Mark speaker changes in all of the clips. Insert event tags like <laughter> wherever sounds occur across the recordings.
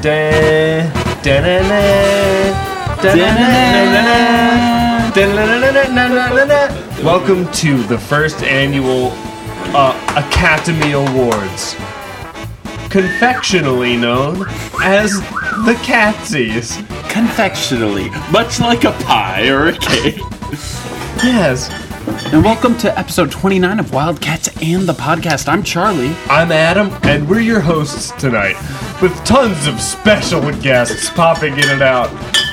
Speaker 1: Dun, dun-na-na, dun-na-na-na-na, dun-na-na-na-na-na-na. Welcome to the first annual uh, Academy Awards, confectionally known as the Catsies.
Speaker 2: Confectionally, much like a pie or a cake.
Speaker 1: Yes,
Speaker 2: And welcome to episode 29 of Wildcats and the podcast. I'm Charlie.
Speaker 1: I'm Adam, and we're your hosts tonight, with tons of special guests popping in and out.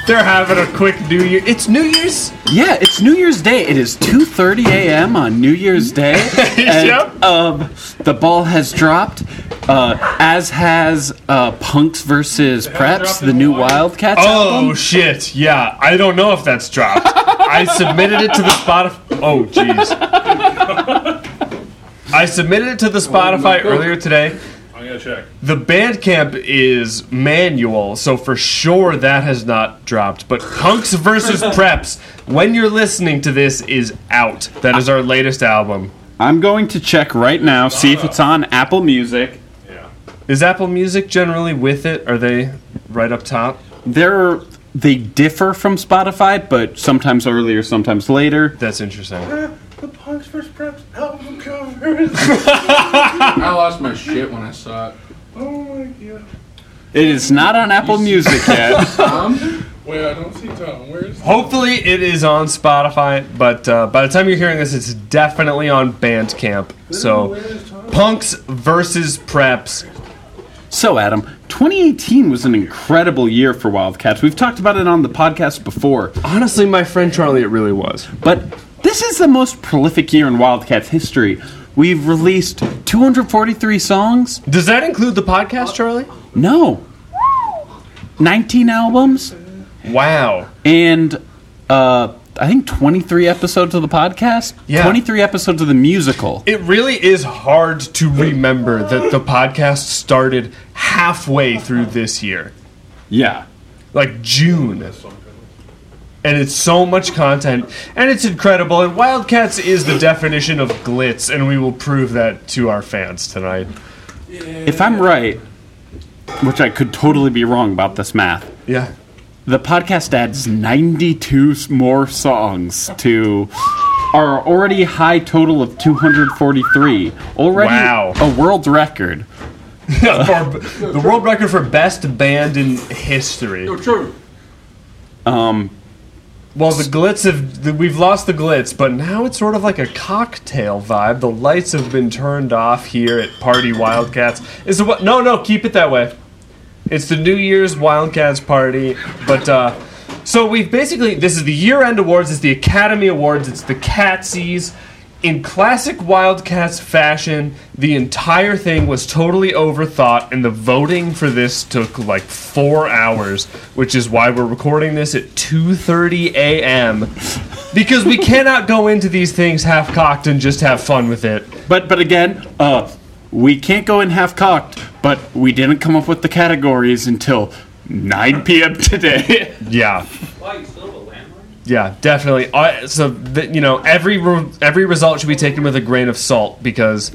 Speaker 1: They're having a quick New Year. It's New Year's.
Speaker 2: Yeah, it's New Year's Day. It is 2:30 a.m. on New Year's Day.
Speaker 1: <laughs>
Speaker 2: and,
Speaker 1: Yep.
Speaker 2: Um, the ball has dropped. Uh, as has uh, Punks versus Preps, the new Wildcats
Speaker 1: Oh
Speaker 2: album.
Speaker 1: shit! Yeah, I don't know if that's dropped. I submitted it to the Spotify. Oh jeez. I submitted it to the Spotify earlier today.
Speaker 3: I'm gonna check.
Speaker 1: The Bandcamp is manual, so for sure that has not dropped. But Punks versus Preps, when you're listening to this, is out. That is our latest album.
Speaker 2: I'm going to check right now, see if it's on Apple Music.
Speaker 3: Yeah.
Speaker 1: Is Apple Music generally with it? Are they right up top?
Speaker 2: They're they differ from Spotify, but sometimes earlier, sometimes later.
Speaker 1: That's interesting.
Speaker 3: The Punks vs. Preps album cover.
Speaker 4: I lost my shit when I saw it.
Speaker 3: <laughs> oh my god.
Speaker 2: It is not on Apple Music
Speaker 1: <laughs>
Speaker 2: yet.
Speaker 4: Tom?
Speaker 3: Wait, I don't see Tom. Where's
Speaker 1: Hopefully, it is on Spotify, but uh, by the time you're hearing this, it's definitely on Bandcamp. So,
Speaker 3: Where's Tom?
Speaker 1: Punks versus Preps.
Speaker 2: So, Adam, 2018 was an incredible year for Wildcats. We've talked about it on the podcast before,
Speaker 1: Honestly, my friend Charlie, it really was.
Speaker 2: but this is the most prolific year in Wildcats history. We've released 243 songs?
Speaker 1: Does that include the podcast, Charlie?
Speaker 2: No. 19 albums
Speaker 1: Wow.
Speaker 2: and uh I think 23 episodes of the podcast,
Speaker 1: Yeah.
Speaker 2: 23 episodes of the musical.
Speaker 1: It really is hard to remember that the podcast started halfway through this year,
Speaker 2: Yeah.
Speaker 1: like June. And it's so much content, and it's incredible. And Wildcats is the definition of glitz, and we will prove that to our fans tonight.
Speaker 2: If I'm right, which I could totally be wrong about this math,
Speaker 1: Yeah.
Speaker 2: the podcast adds 92 s- more songs to our already high total of 243 already
Speaker 1: Wow.
Speaker 2: a world record
Speaker 1: <laughs> For- the world record for best band in history.
Speaker 4: No, true.
Speaker 1: Well, the glitz have the, we've lost the glitz, but now it's sort of like a cocktail vibe. The lights have been turned off here at Party Wildcats. Is it what? No, no, keep it that way. It's the New Year's Wildcats party, but uh, so we've basically this is the year-end awards. It's the Academy Awards. It's the Catsies. In classic Wildcats fashion, the entire thing was totally overthought, and the voting for this took like four hours, which is why we're recording this at 2:30 a.m. Because we cannot go into these things half-cocked and just have fun with it.
Speaker 2: but but again uh we can't go in half cocked but we didn't come up with the categories until <laughs> 9
Speaker 1: <laughs>
Speaker 2: p.m today
Speaker 1: Yeah. Yeah, definitely. I so th- you know every re- every result should be taken with a grain of salt because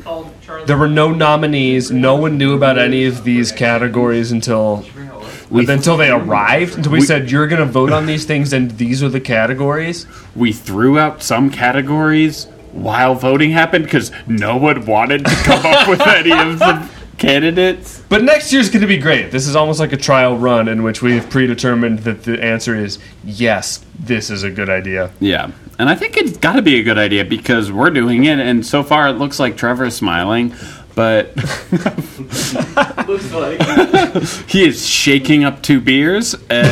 Speaker 1: there were no nominees. No one knew about any of these categories until until they arrived. Until we, said you're going to vote on these things, and these are the categories.
Speaker 2: we threw out some categories while voting happened because no one wanted to come up with any
Speaker 1: <laughs>
Speaker 2: of the candidates
Speaker 1: But next year's going to be great. This is almost like a trial run in which we've predetermined that the answer is yes. This is a good idea.
Speaker 2: Yeah. And I think it's got to be a good idea because we're doing it, and so far it looks like Trevor's smiling,
Speaker 1: <laughs>
Speaker 2: but
Speaker 5: Looks
Speaker 2: <laughs>
Speaker 5: like.
Speaker 2: he is shaking up two beers. And,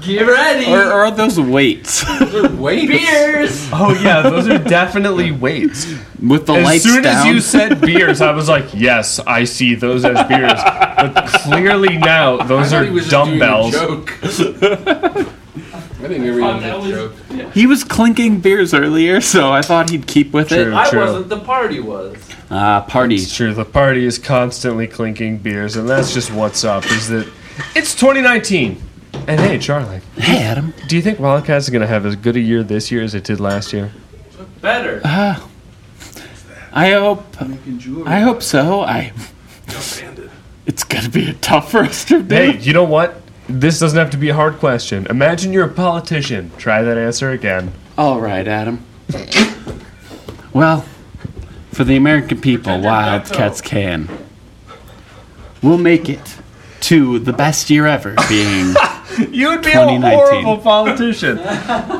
Speaker 5: Get ready.
Speaker 2: or, or are those weights <laughs>
Speaker 4: Wait.
Speaker 5: Beers.
Speaker 1: Oh yeah, those are definitely weights.
Speaker 2: with the
Speaker 1: As
Speaker 2: lights
Speaker 1: soon as
Speaker 2: down?
Speaker 1: you
Speaker 2: <laughs>
Speaker 1: said beers, I was like, yes, I see those as beers. But clearly now, those
Speaker 4: I thought
Speaker 1: are
Speaker 4: he was just doing a
Speaker 1: dumbbells. <laughs>
Speaker 4: joke. I didn't hear
Speaker 5: Oh,
Speaker 4: him
Speaker 5: that
Speaker 4: that
Speaker 5: was-
Speaker 4: joke.
Speaker 2: he was clinking beers earlier, so I thought he'd keep with
Speaker 1: True.
Speaker 2: it.
Speaker 5: I wasn't. The party was.
Speaker 2: Ah, party.
Speaker 1: Sure, the party is constantly clinking beers, and that's just what's up, is that it's 2019. And hey, Charlie,
Speaker 2: Hey, Adam.
Speaker 1: do you think Wildcats is going to have as good a year this year as it did last year?
Speaker 5: Better.
Speaker 2: I hope. I hope so. I. It's gonna be a tough <laughs> rest of
Speaker 1: Hey,
Speaker 2: day.
Speaker 1: you know what? This doesn't have to be a hard question. Imagine you're a politician. Try that answer again.
Speaker 2: All right, Adam. well, for the American people, Wildcats can. We'll make it to the best
Speaker 1: <laughs>
Speaker 2: year ever, being
Speaker 1: You would be a
Speaker 2: 2019.
Speaker 1: horrible politician.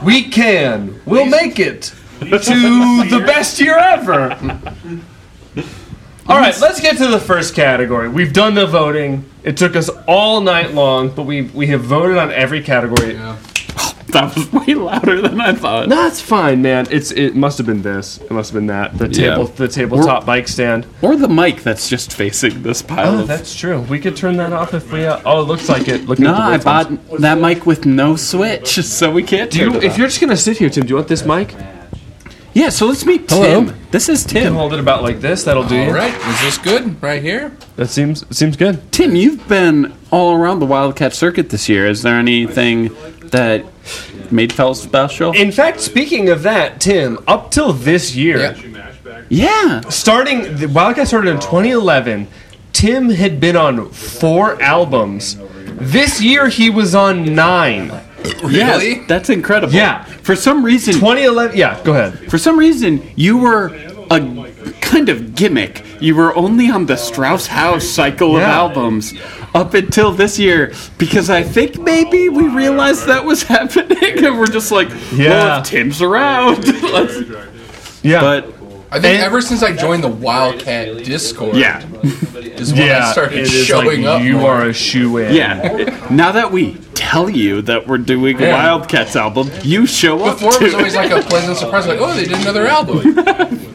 Speaker 1: we can. We'll make it to the best year ever. All right, let's get to the first category. We've done the voting. It took us all night long, but we we have voted on every category.
Speaker 4: Yeah.
Speaker 2: that was way louder than I thought.
Speaker 1: No, it's fine, man. It's it must have been this. It must have been that. The
Speaker 2: Yeah.
Speaker 1: table the tabletop bike stand.
Speaker 2: Or the mic that's just facing this pile
Speaker 1: Oh,
Speaker 2: of.
Speaker 1: that's true. We could turn that off if we. Uh, oh, it looks like it. Look
Speaker 2: No,
Speaker 1: at the
Speaker 2: I
Speaker 1: buttons.
Speaker 2: bought that mic with no switch, so we can't
Speaker 1: Do you,
Speaker 2: turn it
Speaker 1: if
Speaker 2: off.
Speaker 1: you're just gonna sit here, Tim, do you want this mic?
Speaker 2: Yeah, so let's meet
Speaker 1: Hello.
Speaker 2: Tim. This is
Speaker 1: You can
Speaker 2: Tim.
Speaker 1: hold it about like this. That'll do.
Speaker 4: All
Speaker 1: you.
Speaker 4: right. Is this good? Right here?
Speaker 1: That seems seems good.
Speaker 2: Tim, you've been all around the Wildcat circuit this year. Is there anything that made Fell special?
Speaker 1: In fact, speaking of that, Tim, up till this year,
Speaker 4: Yeah.
Speaker 2: yeah.
Speaker 1: starting the Wildcat started in 2011. Tim had been on four albums. This year he was on nine.
Speaker 4: Really?
Speaker 2: Yeah, that's incredible.
Speaker 1: Yeah.
Speaker 2: For some reason,
Speaker 1: 2011. Yeah, go ahead.
Speaker 2: for some reason, you were a kind of gimmick. You were only on the Strauss House cycle of
Speaker 1: Yeah.
Speaker 2: albums up until this year because I think maybe we realized that was <laughs> happening and we're just like, well,
Speaker 1: Yeah.
Speaker 2: if Tim's around. <laughs> let's-
Speaker 1: Yeah,
Speaker 2: but
Speaker 4: I think
Speaker 1: And-
Speaker 4: ever since I joined the Wildcat Discord
Speaker 2: yeah,
Speaker 4: is when
Speaker 1: yeah,
Speaker 4: I started
Speaker 1: it is
Speaker 4: showing
Speaker 1: like
Speaker 4: up.
Speaker 1: You
Speaker 4: more.
Speaker 1: are a shoe in.
Speaker 2: yeah. Now that we tell you that we're doing a
Speaker 4: Yeah.
Speaker 2: Wildcats album, you show up.
Speaker 4: Before it
Speaker 1: <laughs>
Speaker 2: to
Speaker 4: was always like a pleasant surprise, like, oh, they did another album.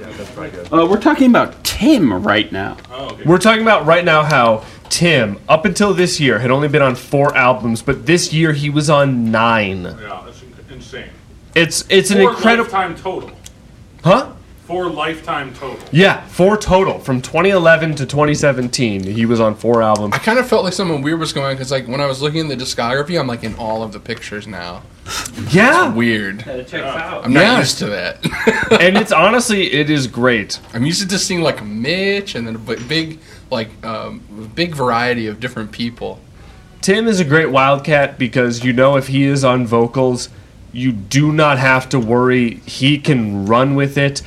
Speaker 2: uh, we're talking about Tim right now.
Speaker 1: We're talking about right now how Tim, up until this year, had only been on four albums, but this year he was on nine.
Speaker 3: Yeah, that's in- insane.
Speaker 1: It's it's an
Speaker 3: Four
Speaker 1: incredible,
Speaker 3: lifetime total.
Speaker 1: huh?
Speaker 3: Four lifetime total.
Speaker 1: Yeah, four total from 2011 to 2017. He was on four albums.
Speaker 4: I kind of felt like something weird was going on because, like, when I was looking at the discography, I'm like in all of the pictures now.
Speaker 1: Yeah,
Speaker 4: Weird.
Speaker 5: That it checks out.
Speaker 4: I'm not
Speaker 1: Yeah.
Speaker 4: used to that. <laughs>
Speaker 1: and it's honestly it is great.
Speaker 4: I'm used to just seeing like Mitch and then a bi- big, like, um, big variety of different people.
Speaker 1: Tim is a great wildcat because you know if he is on vocals, you do not have to worry. He can run with it.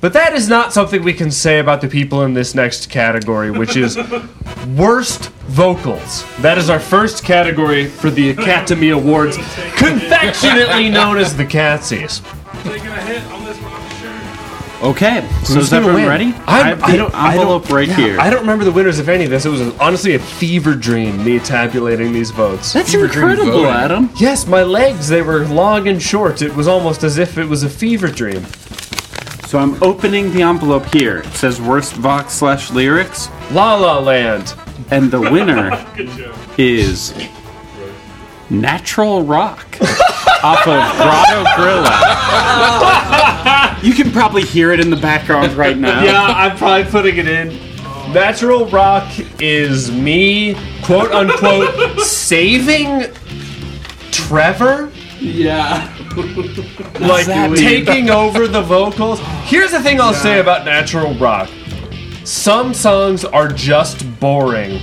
Speaker 1: But that is not something we can say about the people in this next category, which is <laughs> worst vocals. That is our first category for the Academy Awards, confectionately known as the Catsies.
Speaker 3: Taking a hit on this one, I'm
Speaker 2: Okay, so
Speaker 1: Who's
Speaker 2: is
Speaker 1: gonna
Speaker 2: everyone
Speaker 1: win?
Speaker 2: ready?
Speaker 1: I'm,
Speaker 2: have
Speaker 1: I
Speaker 2: the
Speaker 1: don't, I
Speaker 2: envelope
Speaker 1: don't-
Speaker 2: right
Speaker 1: yeah,
Speaker 2: here.
Speaker 1: I don't remember the winners of any of this. It was honestly a fever dream, me tabulating these votes.
Speaker 2: That's
Speaker 4: You were doing
Speaker 2: incredible,
Speaker 4: voting.
Speaker 2: Adam.
Speaker 1: Yes, my legs, they were long and short. It was almost as if it was a fever dream.
Speaker 2: So I'm opening the envelope here. It says worst Vox slash lyrics,
Speaker 1: La La Land.
Speaker 2: and the <laughs> winner
Speaker 3: sure. Good job.
Speaker 2: is Natural Rock <laughs> off of Grotto <laughs> Grilla. you can probably hear it in the background right now.
Speaker 1: Yeah, I'm probably putting it in. Natural Rock is me, quote unquote, saving Trevor?
Speaker 2: yeah.
Speaker 1: Like
Speaker 2: that mean?
Speaker 1: taking over the vocals. Here's the thing I'll say about Natural Rock some songs are just boring.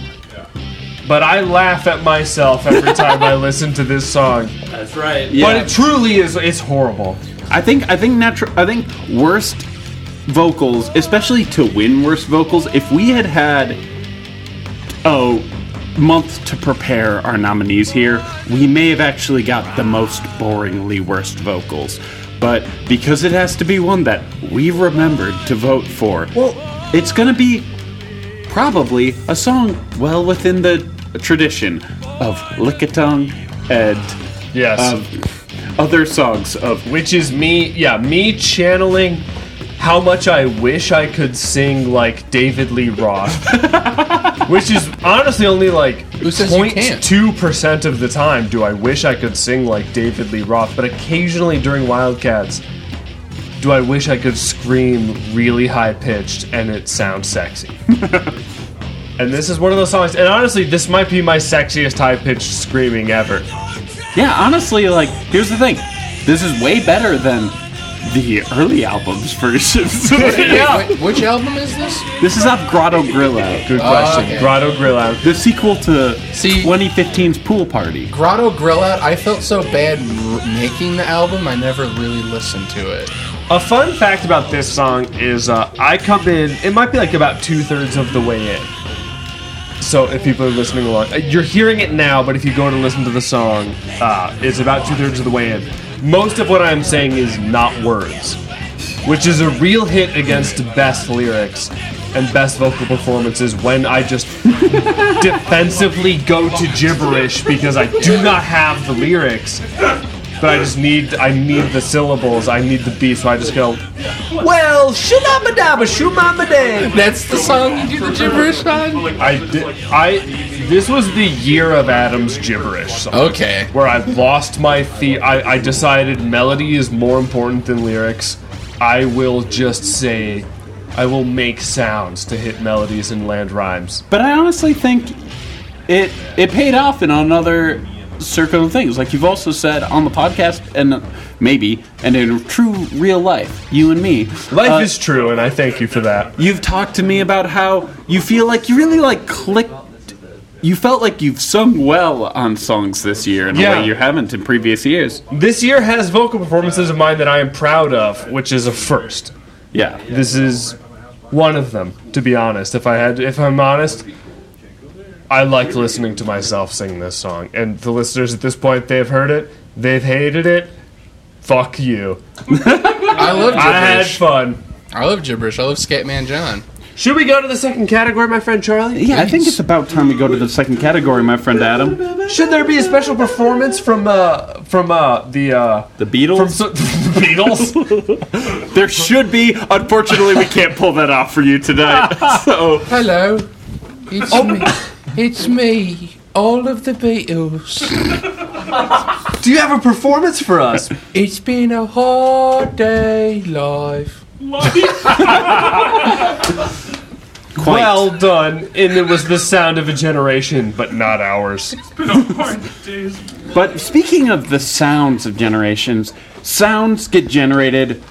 Speaker 1: But I laugh at myself every time I listen to this song.
Speaker 5: That's right.
Speaker 1: But it truly is it's horrible.
Speaker 2: I think I think natural. I think worst vocals, especially to win worst vocals. If we had had oh month to prepare our nominees here, we may have actually got the most boringly worst vocals. But because it has to be one that we remembered to vote for, it's gonna be probably a song well within the tradition of Lickitung and
Speaker 1: Yes.
Speaker 2: of other songs of
Speaker 1: which is me yeah me channeling how much i wish i could sing like david lee
Speaker 4: <laughs>
Speaker 1: roth which is honestly only like
Speaker 4: says you
Speaker 1: 0.2% of the time do i wish i could sing like david lee roth but occasionally during wildcats do i wish i could scream really high pitched and it sounds
Speaker 4: <laughs>
Speaker 1: sexy and this is one of those songs and honestly this might be my sexiest high pitched screaming ever
Speaker 2: Yeah, honestly, like, here's the thing. This is way better than the early albums <laughs> versions.
Speaker 1: yeah.
Speaker 4: Wait, which album is this?
Speaker 2: this is off Grotto Grillo,
Speaker 1: Good question.
Speaker 4: Oh, okay.
Speaker 1: Grotto Grill Out.
Speaker 2: the sequel to
Speaker 4: See-
Speaker 2: 2015's Pool Party.
Speaker 4: Grotto Grill Out. I felt so bad r- making the album, I never really listened to it.
Speaker 1: A fun fact about this song is uh, I come in, it might be like about two thirds of the way in. So if people are listening along, uh, you're hearing it now, but if you go to listen to the song, uh, it's about two thirds of the way in. Most of what I'm saying is not words, which is a real hit against best lyrics and best vocal performances when I just <laughs> defensively go to gibberish because I do not have the lyrics. But I just need I need the syllables, I need the beat, so I just go Well shunamadaba shumamaday
Speaker 4: That's the song you do the gibberish on.
Speaker 1: I did I this was the year of Adam's gibberish song,
Speaker 4: Okay.
Speaker 1: where I lost my feet I, I decided melody is more important than lyrics. I will just say I will make sounds to hit melodies and land rhymes.
Speaker 2: But I honestly think it it paid off in another circle of things. Like you've also said on the podcast, and maybe, and in true real life, you and me,
Speaker 1: Life
Speaker 2: uh,
Speaker 1: is true and I thank you for that.
Speaker 2: You've talked to me about how you feel like you really like clicked. You felt like you've sung well on songs this year in a
Speaker 1: Yeah.
Speaker 2: way you haven't in previous years.
Speaker 1: This year has vocal performances of mine that I am proud of, which is a first.
Speaker 2: Yeah.
Speaker 1: This is one of them, to be honest. If I had, if I'm honest, I liked listening to myself sing this song, and the listeners at this point, they've heard it, they've hated it. Fuck you.
Speaker 4: I love
Speaker 1: I had
Speaker 4: gibberish.
Speaker 1: fun.
Speaker 4: I love gibberish. I love Scatman John.
Speaker 1: Should we go to the second category, my friend Charlie?
Speaker 2: Yeah, I think it's about time we go to the second category, my friend Adam.
Speaker 1: Should there be a special performance from uh from uh the uh
Speaker 2: The
Speaker 1: from
Speaker 2: Beatles.
Speaker 1: so- Beatles?
Speaker 2: There should be. Unfortunately, we can't pull that off for you <laughs> tonight. So
Speaker 4: Hello, it's me. It's me. All of the Beatles.
Speaker 1: Do you have a performance for us?
Speaker 4: It's been a hard day, life.
Speaker 2: quite.
Speaker 1: Well done, and it was the sound of a generation, but not ours.
Speaker 2: But speaking of the sounds of generations, sounds get generated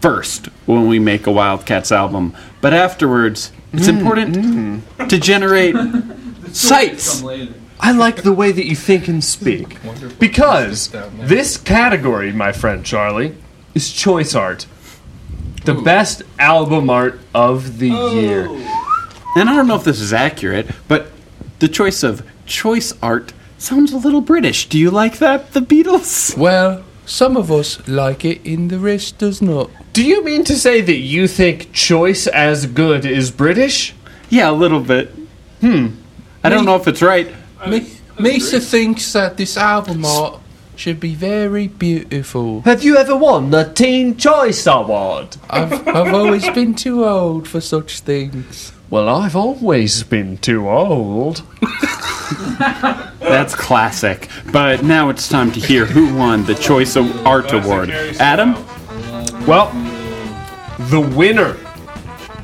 Speaker 2: first when we make a Wildcats album. But afterwards, it's important to generate sights.
Speaker 1: I like the way that you think and speak. Because this category, my friend Charlie, is choice art. The best album art of the year.
Speaker 2: And I don't know if this is accurate, but the choice of choice art sounds a little British. Do you like that, the Beatles? <laughs>
Speaker 4: Well, some of us like it, and the rest does not.
Speaker 1: Do you mean to say that you think choice as good is British?
Speaker 2: Yeah, a little bit. Hmm. I don't know if it's right.
Speaker 4: Me- Misa thinks that this album art should be very beautiful.
Speaker 1: Have you ever won the Teen Choice Award?
Speaker 4: I've, I've always been too old for such things.
Speaker 1: Well, I've always been too old.
Speaker 2: That's classic. But now it's time to hear who won the Choice of Art Award. Adam?
Speaker 1: Well, the winner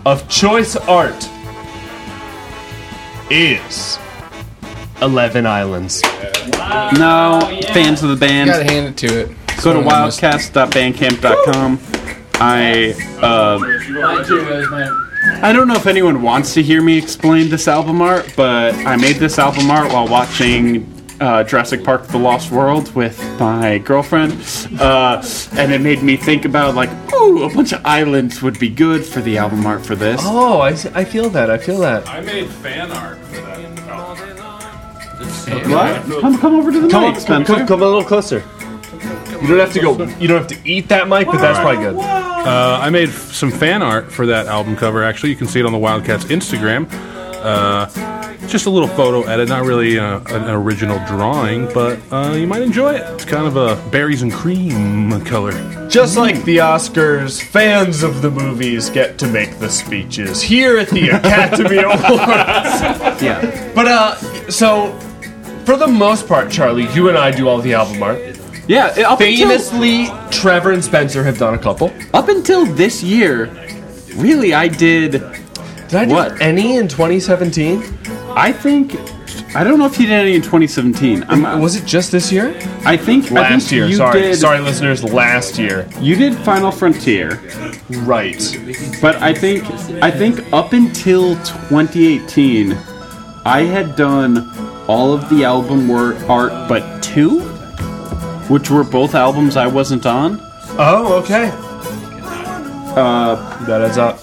Speaker 1: of Choice Art is Eleven Islands.
Speaker 2: No, fans of the band.
Speaker 4: Gotta hand it to it.
Speaker 2: Go to wildcast.bandcamp.com. I uh,
Speaker 5: Mine too, guys, man.
Speaker 2: I don't know if anyone wants to hear me explain this album art, but I made this album art while watching uh, Jurassic Park: The Lost World with my girlfriend, uh, and it made me think about like, ooh, a bunch of islands would be good for the album art for this.
Speaker 1: Oh, I, s- I feel that. I feel that.
Speaker 3: I made fan art for that. album.
Speaker 2: What? Come, come over to the mic, Spencer.
Speaker 1: a little closer. You don't have to go. You don't have to eat that mic, but that's probably good.
Speaker 3: Uh, I made f- some fan art for that album cover. Actually, you can see it on the Wildcats Instagram. Uh, just a little photo edit, not really uh, an original drawing, but uh, you might enjoy it. It's kind of a berries and cream color.
Speaker 1: Just like the Oscars, fans of the movies get to make the speeches here at <laughs> the Academy Awards.
Speaker 2: Yeah.
Speaker 1: But uh, so for the most part, Charlie, you and I do all the album art.
Speaker 2: Yeah. Up until,
Speaker 1: Famously, Trevor and Spencer have done a couple.
Speaker 2: up until this year, really, I did.
Speaker 1: Did I do
Speaker 2: What?
Speaker 1: any in 2017?
Speaker 2: I think I don't know if you did any in 2017. I'm, uh,
Speaker 1: Was it just this year?
Speaker 2: I think I
Speaker 1: Last
Speaker 2: think
Speaker 1: year.
Speaker 2: You
Speaker 1: Sorry,
Speaker 2: did,
Speaker 1: sorry, listeners. Last year.
Speaker 2: You did Final Frontier,
Speaker 1: Right.
Speaker 2: but I think I think up until 2018, I had done all of the album work art but two, which were both albums I wasn't on.
Speaker 1: Oh, okay. Uh, that adds up.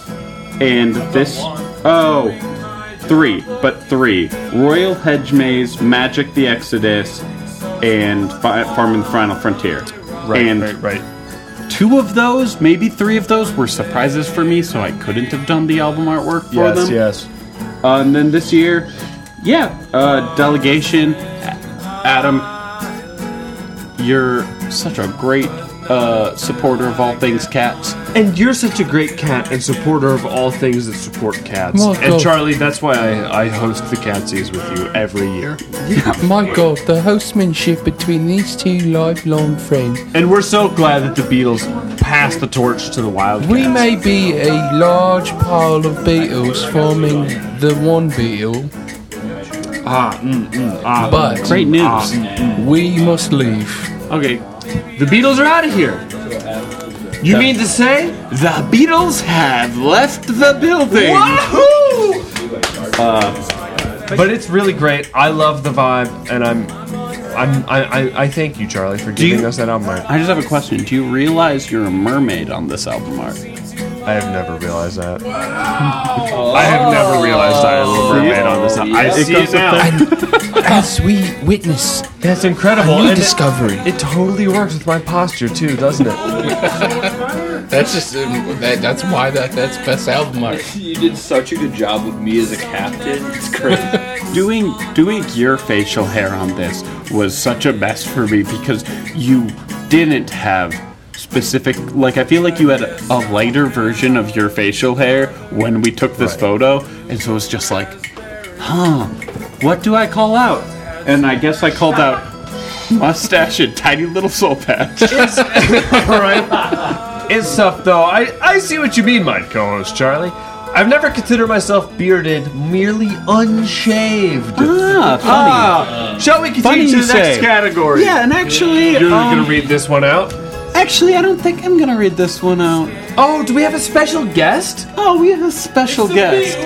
Speaker 2: And this. Oh, three, but three. Royal Hedge Maze, Magic the Exodus, and Fi- Farming the Final Frontier.
Speaker 1: Right,
Speaker 2: and
Speaker 1: right, right.
Speaker 2: two of those, maybe three of those, were surprises for me, so I couldn't have done the album artwork for
Speaker 1: Yes,
Speaker 2: them.
Speaker 1: yes.
Speaker 2: Uh, and then this year, yeah, uh, Delegation. A- Adam, you're such a great uh, supporter of all things cats.
Speaker 1: And you're such a great cat and supporter of all things that support cats.
Speaker 4: Well,
Speaker 1: and
Speaker 4: go.
Speaker 1: Charlie, that's why I, I host the Catsies with you every year.
Speaker 4: My God, the hostmanship between these two lifelong friends.
Speaker 1: And we're so glad that the Beatles passed the torch to the Wildcats.
Speaker 4: We may be a large pile of beetles forming the one beetle,
Speaker 1: ah, mm, mm, ah,
Speaker 4: but
Speaker 2: Great news.
Speaker 4: we must leave.
Speaker 1: Okay, the Beatles are out of here. You mean to say?
Speaker 2: The Beatles have left the building.
Speaker 1: Wahoo! but it's really great. I love the vibe, and I'm, I'm, I, I, I thank you, Charlie, for giving
Speaker 2: you-
Speaker 1: us that album art.
Speaker 2: I just have a question. Do you realize you're a mermaid on this album art?
Speaker 1: I have never realized that. <laughs> I have never realized I am a mermaid on this album. I see it now.
Speaker 4: As we witness
Speaker 1: That's incredible.
Speaker 4: new
Speaker 1: and it-
Speaker 4: discovery.
Speaker 1: It totally works with my posture too, doesn't it?
Speaker 4: That's just um, that, that's why that that's best album art.
Speaker 6: You did such a good job with me as a captain. It's great.
Speaker 2: Doing doing your facial hair on this was such a mess for me because you didn't have specific like I feel like you had a, a lighter version of your facial hair when we took this photo and so it was just like huh what do I call out and I guess I called out mustache and tiny little soul
Speaker 1: <laughs>
Speaker 2: patch
Speaker 1: All right. It's tough though. I, I see what you mean, my co-host Charlie. I've never considered myself bearded, merely unshaved.
Speaker 2: ah, funny.
Speaker 1: Ah, shall we continue
Speaker 2: Funny
Speaker 1: to
Speaker 2: you
Speaker 1: the next
Speaker 2: say.
Speaker 1: category?
Speaker 2: Yeah, and actually,
Speaker 1: You're
Speaker 2: um,
Speaker 1: gonna read this one out.
Speaker 2: actually, I don't think I'm gonna read this one out.
Speaker 1: Oh, do we have a special guest?
Speaker 2: Oh, we have a special guest.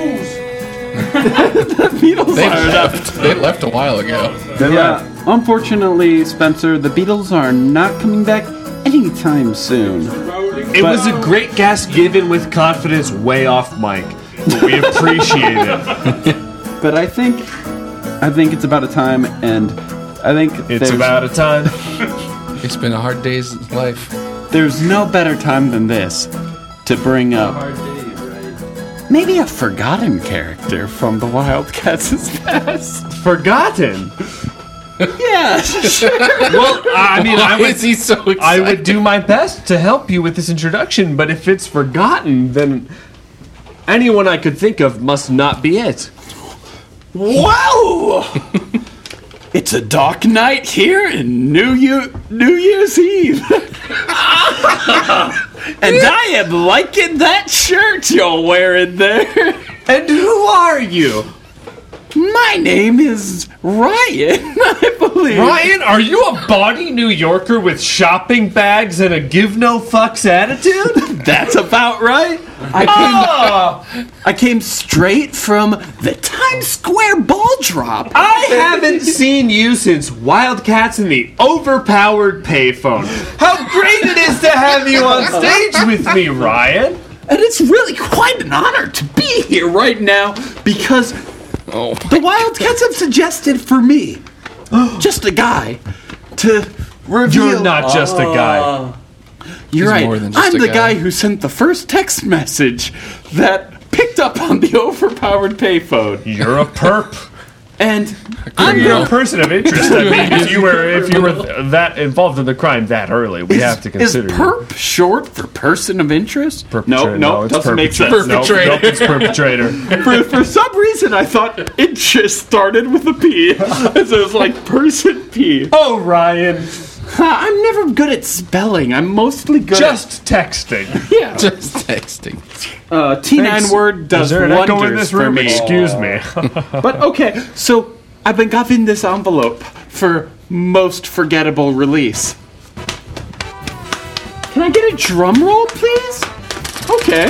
Speaker 2: <laughs> Beatles
Speaker 4: They
Speaker 2: are not-
Speaker 4: left. They left a while ago.
Speaker 2: Yeah. Unfortunately, Spencer, the Beatles are not coming back anytime soon.
Speaker 1: It was a great guest given with confidence, way off mic. But we appreciate <laughs> it.
Speaker 2: But I think, I think it's about a time, and I think
Speaker 1: It's
Speaker 2: there's,
Speaker 1: about a time.
Speaker 4: It's been a hard day's life.
Speaker 2: there's no better time than this to bring up maybe a forgotten character from the Wildcats' <laughs> past.
Speaker 1: <laughs> Forgotten.
Speaker 2: Yeah.
Speaker 1: Well, I mean, I
Speaker 4: Why
Speaker 1: would
Speaker 4: is he so excited?
Speaker 1: I would do my best to help you with this introduction, but if it's forgotten, then anyone I could think of must not be it.
Speaker 2: Wow! <laughs> it's a dark night here in New Year, New Year's Eve. <laughs> and I am liking that shirt you're wearing there.
Speaker 1: And who are you?
Speaker 2: My name is Ryan, <laughs> I believe.
Speaker 1: Ryan, are you a body New Yorker with shopping bags and a give no fucks attitude?
Speaker 2: <laughs> That's about right. I came,
Speaker 1: Oh,
Speaker 2: I came straight from the Times Square ball drop.
Speaker 1: I haven't seen you since Wildcats and the overpowered payphone. How great it is to have you on stage with me, Ryan.
Speaker 2: And it's really quite an honor to be here right now because the Wildcats have suggested for me, just a guy, to reveal.
Speaker 1: You're not just a guy.
Speaker 2: You're right.
Speaker 4: more than just
Speaker 2: I'm
Speaker 4: a
Speaker 2: the guy.
Speaker 4: guy.
Speaker 2: who sent the first text message that picked up on the <laughs> overpowered payphone,
Speaker 1: You're a perp.
Speaker 2: and I'm
Speaker 1: You're a
Speaker 2: the,
Speaker 1: person <laughs> of interest. I mean, if you were if you were <laughs> that involved in the crime that early, we have to
Speaker 2: is
Speaker 1: consider you.
Speaker 2: perp short for person of interest?
Speaker 1: Perpetrator.
Speaker 2: No, no,
Speaker 1: it's
Speaker 2: doesn't make sense.
Speaker 1: perpetrator. Nope, nope,
Speaker 4: Perpetrator.
Speaker 1: it's <laughs> perpetrator.
Speaker 2: for, for some reason, I thought interest started with a P, <laughs> and so it was like person P.
Speaker 1: oh, Ryan,
Speaker 2: Uh, I'm never good at spelling. I'm mostly good
Speaker 1: just texting.
Speaker 2: at yeah.
Speaker 4: <laughs> Just texting.
Speaker 2: Uh, T9
Speaker 1: Thanks.
Speaker 2: word does
Speaker 1: Is there an echo in
Speaker 2: wonders
Speaker 1: this
Speaker 2: for
Speaker 1: room?
Speaker 2: me.
Speaker 1: Excuse me.
Speaker 2: But okay, so I've been given this envelope for most forgettable release. Can I get a drum roll, please? Okay.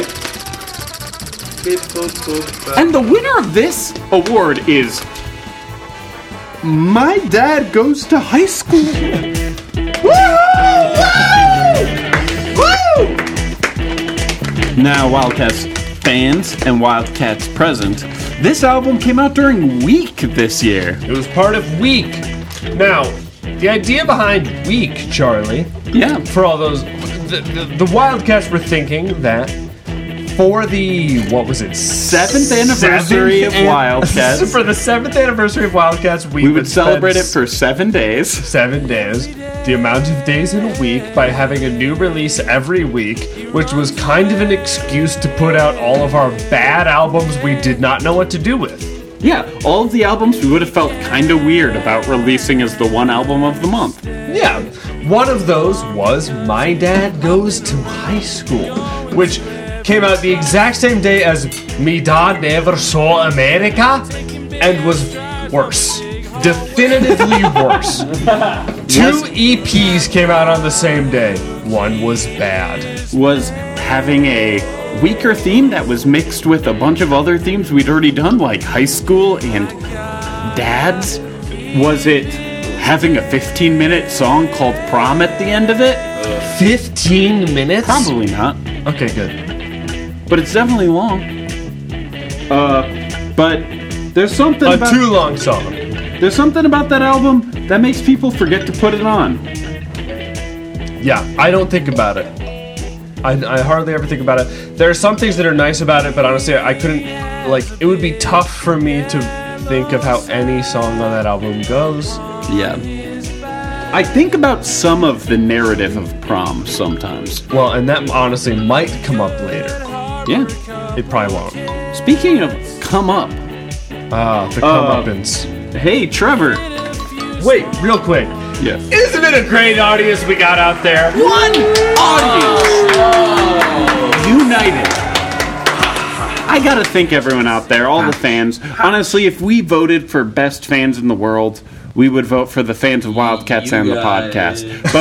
Speaker 2: And the winner of this award is. My dad goes to high school. <laughs> Woo! Woo! Woo! Now, Wildcats fans and Wildcats present, this album came out during Week this year.
Speaker 1: It was part of Week. Now, the idea behind Week, Charlie,
Speaker 2: Yeah.
Speaker 1: for all those, the, the, the Wildcats were thinking that for the what was it
Speaker 2: Seventh anniversary of
Speaker 1: an- <laughs>
Speaker 2: Wildcats.
Speaker 1: for the seventh anniversary of Wildcats, we,
Speaker 2: We would celebrate it
Speaker 1: spend
Speaker 2: for seven days.
Speaker 1: seven days, the amount of days in a week, by having a new release every week, which was kind of an excuse to put out all of our bad albums we did not know what to do with.
Speaker 2: Yeah, all of the albums we would have felt kind of weird about releasing as the one album of the month.
Speaker 1: Yeah, one of those was My Dad Goes to High School, which came out the exact same day as Me Dad Never Saw America and was worse.
Speaker 2: <laughs>
Speaker 1: Definitively worse. Two EPs came out on the same day. One was bad.
Speaker 2: Was having a weaker theme that was mixed with a bunch of other themes we'd already done, like high school and dads. Was it having a 15 minute song called Prom at the end of it?
Speaker 1: 15 minutes?
Speaker 2: Probably not.
Speaker 1: Okay, good.
Speaker 2: but it's definitely long. Uh, but there's something
Speaker 1: A
Speaker 2: about
Speaker 1: too long song.
Speaker 2: there's something about that album that makes people forget to put it on.
Speaker 1: Yeah, I don't think about it. I, I hardly ever think about it. There are some things that are nice about it, but honestly, I couldn't. Like, it would be tough for me to think of how any song on that album goes.
Speaker 2: Yeah. I think about some of the narrative of prom sometimes.
Speaker 1: Well, and that honestly might come up later.
Speaker 2: Yeah.
Speaker 1: It probably won't.
Speaker 2: Speaking of come up,
Speaker 1: Ah, the
Speaker 2: Uh,
Speaker 1: comeuppance.
Speaker 2: hey Trevor.
Speaker 1: Wait, real quick.
Speaker 2: Yeah.
Speaker 1: Isn't it a great audience we got out there?
Speaker 2: One audience united. I gotta thank everyone out there, all the fans. Honestly, if we voted for best fans in the world, we would vote for the fans of Wildcats
Speaker 6: You
Speaker 2: and the
Speaker 6: guys.
Speaker 2: podcast.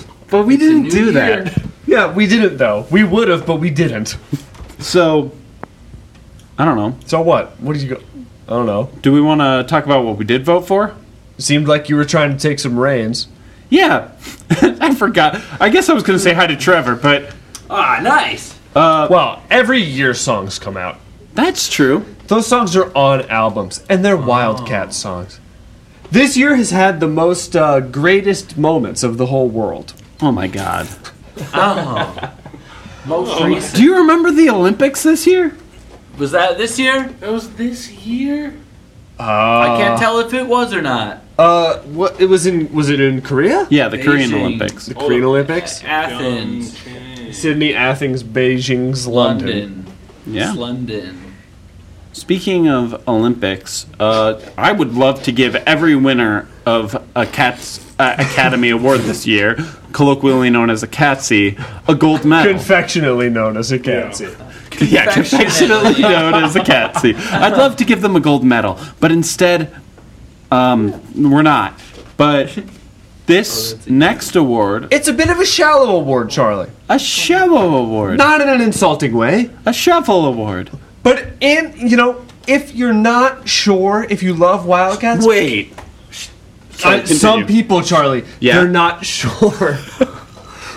Speaker 2: But, but we didn't do that.
Speaker 1: Yeah, we didn't though. We would have, but we didn't.
Speaker 2: So I don't know.
Speaker 1: So what? What did you go? I don't know.
Speaker 2: Do we want to talk about what we did vote for?
Speaker 1: Seemed like you were trying to take some reins.
Speaker 2: Yeah, <laughs> I forgot. I guess I was gonna say hi to Trevor, but
Speaker 5: Ah, nice.
Speaker 1: Well, every year songs come out.
Speaker 2: that's true.
Speaker 1: Those songs are on albums, and they're Wildcat songs. This year has had the most uh, greatest moments of the whole world.
Speaker 2: Oh my god.
Speaker 5: Most recent.
Speaker 2: Do you remember the Olympics this year?
Speaker 5: Was that this year?
Speaker 6: That was this year?
Speaker 5: I can't tell if it was or not.
Speaker 1: Uh, what it was in? Was it in Korea?
Speaker 2: Yeah, the Korean
Speaker 5: Beijing. Oh,
Speaker 2: Olympics.
Speaker 1: The Korean Olympics.
Speaker 5: Athens,
Speaker 1: Sydney, Athens, Beijing's, London.
Speaker 5: London.
Speaker 2: Yeah.
Speaker 5: It's London.
Speaker 2: Speaking of Olympics, uh, I would love to give every winner of a Cats uh, Academy Award this year, colloquially known as a Catsy, a gold medal.
Speaker 1: Confectionally known as a Gansy.
Speaker 2: yeah, confectionally known as a Catsy. I'd love to give them a gold medal, but instead, um, we're not. But this next award,
Speaker 1: It's a bit of a shallow award, Charlie.
Speaker 2: a shovel award,
Speaker 1: Not in an insulting way.
Speaker 2: a shovel award.
Speaker 1: But in you know, if you're not sure if you love Wildcats,
Speaker 2: Wait,
Speaker 1: I-
Speaker 2: continue.
Speaker 1: some people, Charlie,
Speaker 2: Yeah.
Speaker 1: they're not <laughs> sure.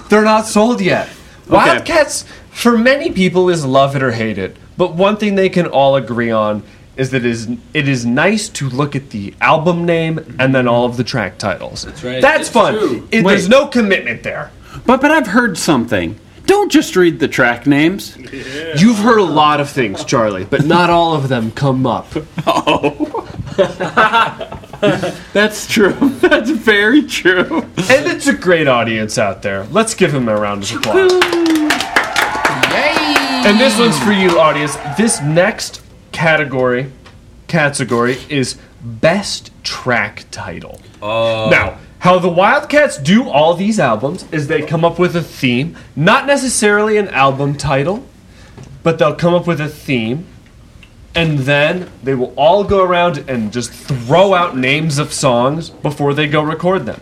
Speaker 1: they're not sold yet. Wildcats, for many people, is love it or hate it. But one thing they can all agree on is that it is, it is nice to look at the album name and then all of the track titles. That's
Speaker 6: right.
Speaker 1: That's
Speaker 6: It's
Speaker 1: fun.
Speaker 6: true.
Speaker 1: It, there's
Speaker 2: Wait.
Speaker 1: no commitment there.
Speaker 2: but but I've heard something. Don't just read the track names.
Speaker 1: You've heard a lot of things, Charlie, but not all of them come up.
Speaker 2: <laughs> That's true. <laughs> That's very true.
Speaker 1: And it's a great audience out there. Let's give him a round of applause. And this one's for you, audience. This next category, category is best track title. Now, how the Wildcats do all these albums is they come up with a theme, not necessarily an album title, but they'll come up with a theme, And then they will all go around and just throw out names of songs before they go record them.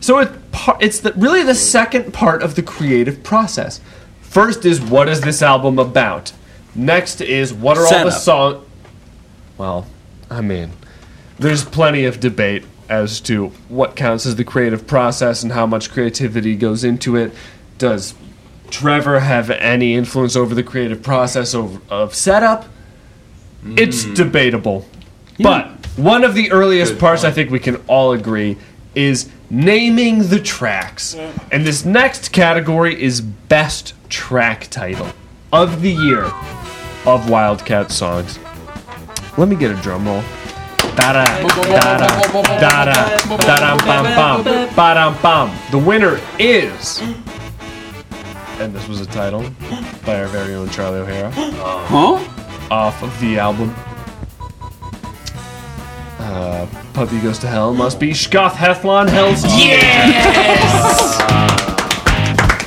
Speaker 1: So it, par- it's the, really the second part of the creative process. First is what is this album about? Next is what are all the
Speaker 5: Setup.
Speaker 1: songs. Well, I mean, there's plenty of debate as to what counts as the creative process and how much creativity goes into it. Does Trevor have any influence over the creative process of, of setup? It's debatable. But one of the earliest parts I think we can all agree is naming the tracks. And this next category is best track title of the year of Wildcat songs. Let me get a drum roll. Da-da, da-da, da-da, da-dum, bum, bum, ba-dum, bum. The winner is, and this was a title by our very own Charlie O'Hara
Speaker 2: Huh?
Speaker 1: off of the album. Uh, Puppy Goes to Hell must be Shkoth Hethlon Hell's Yes!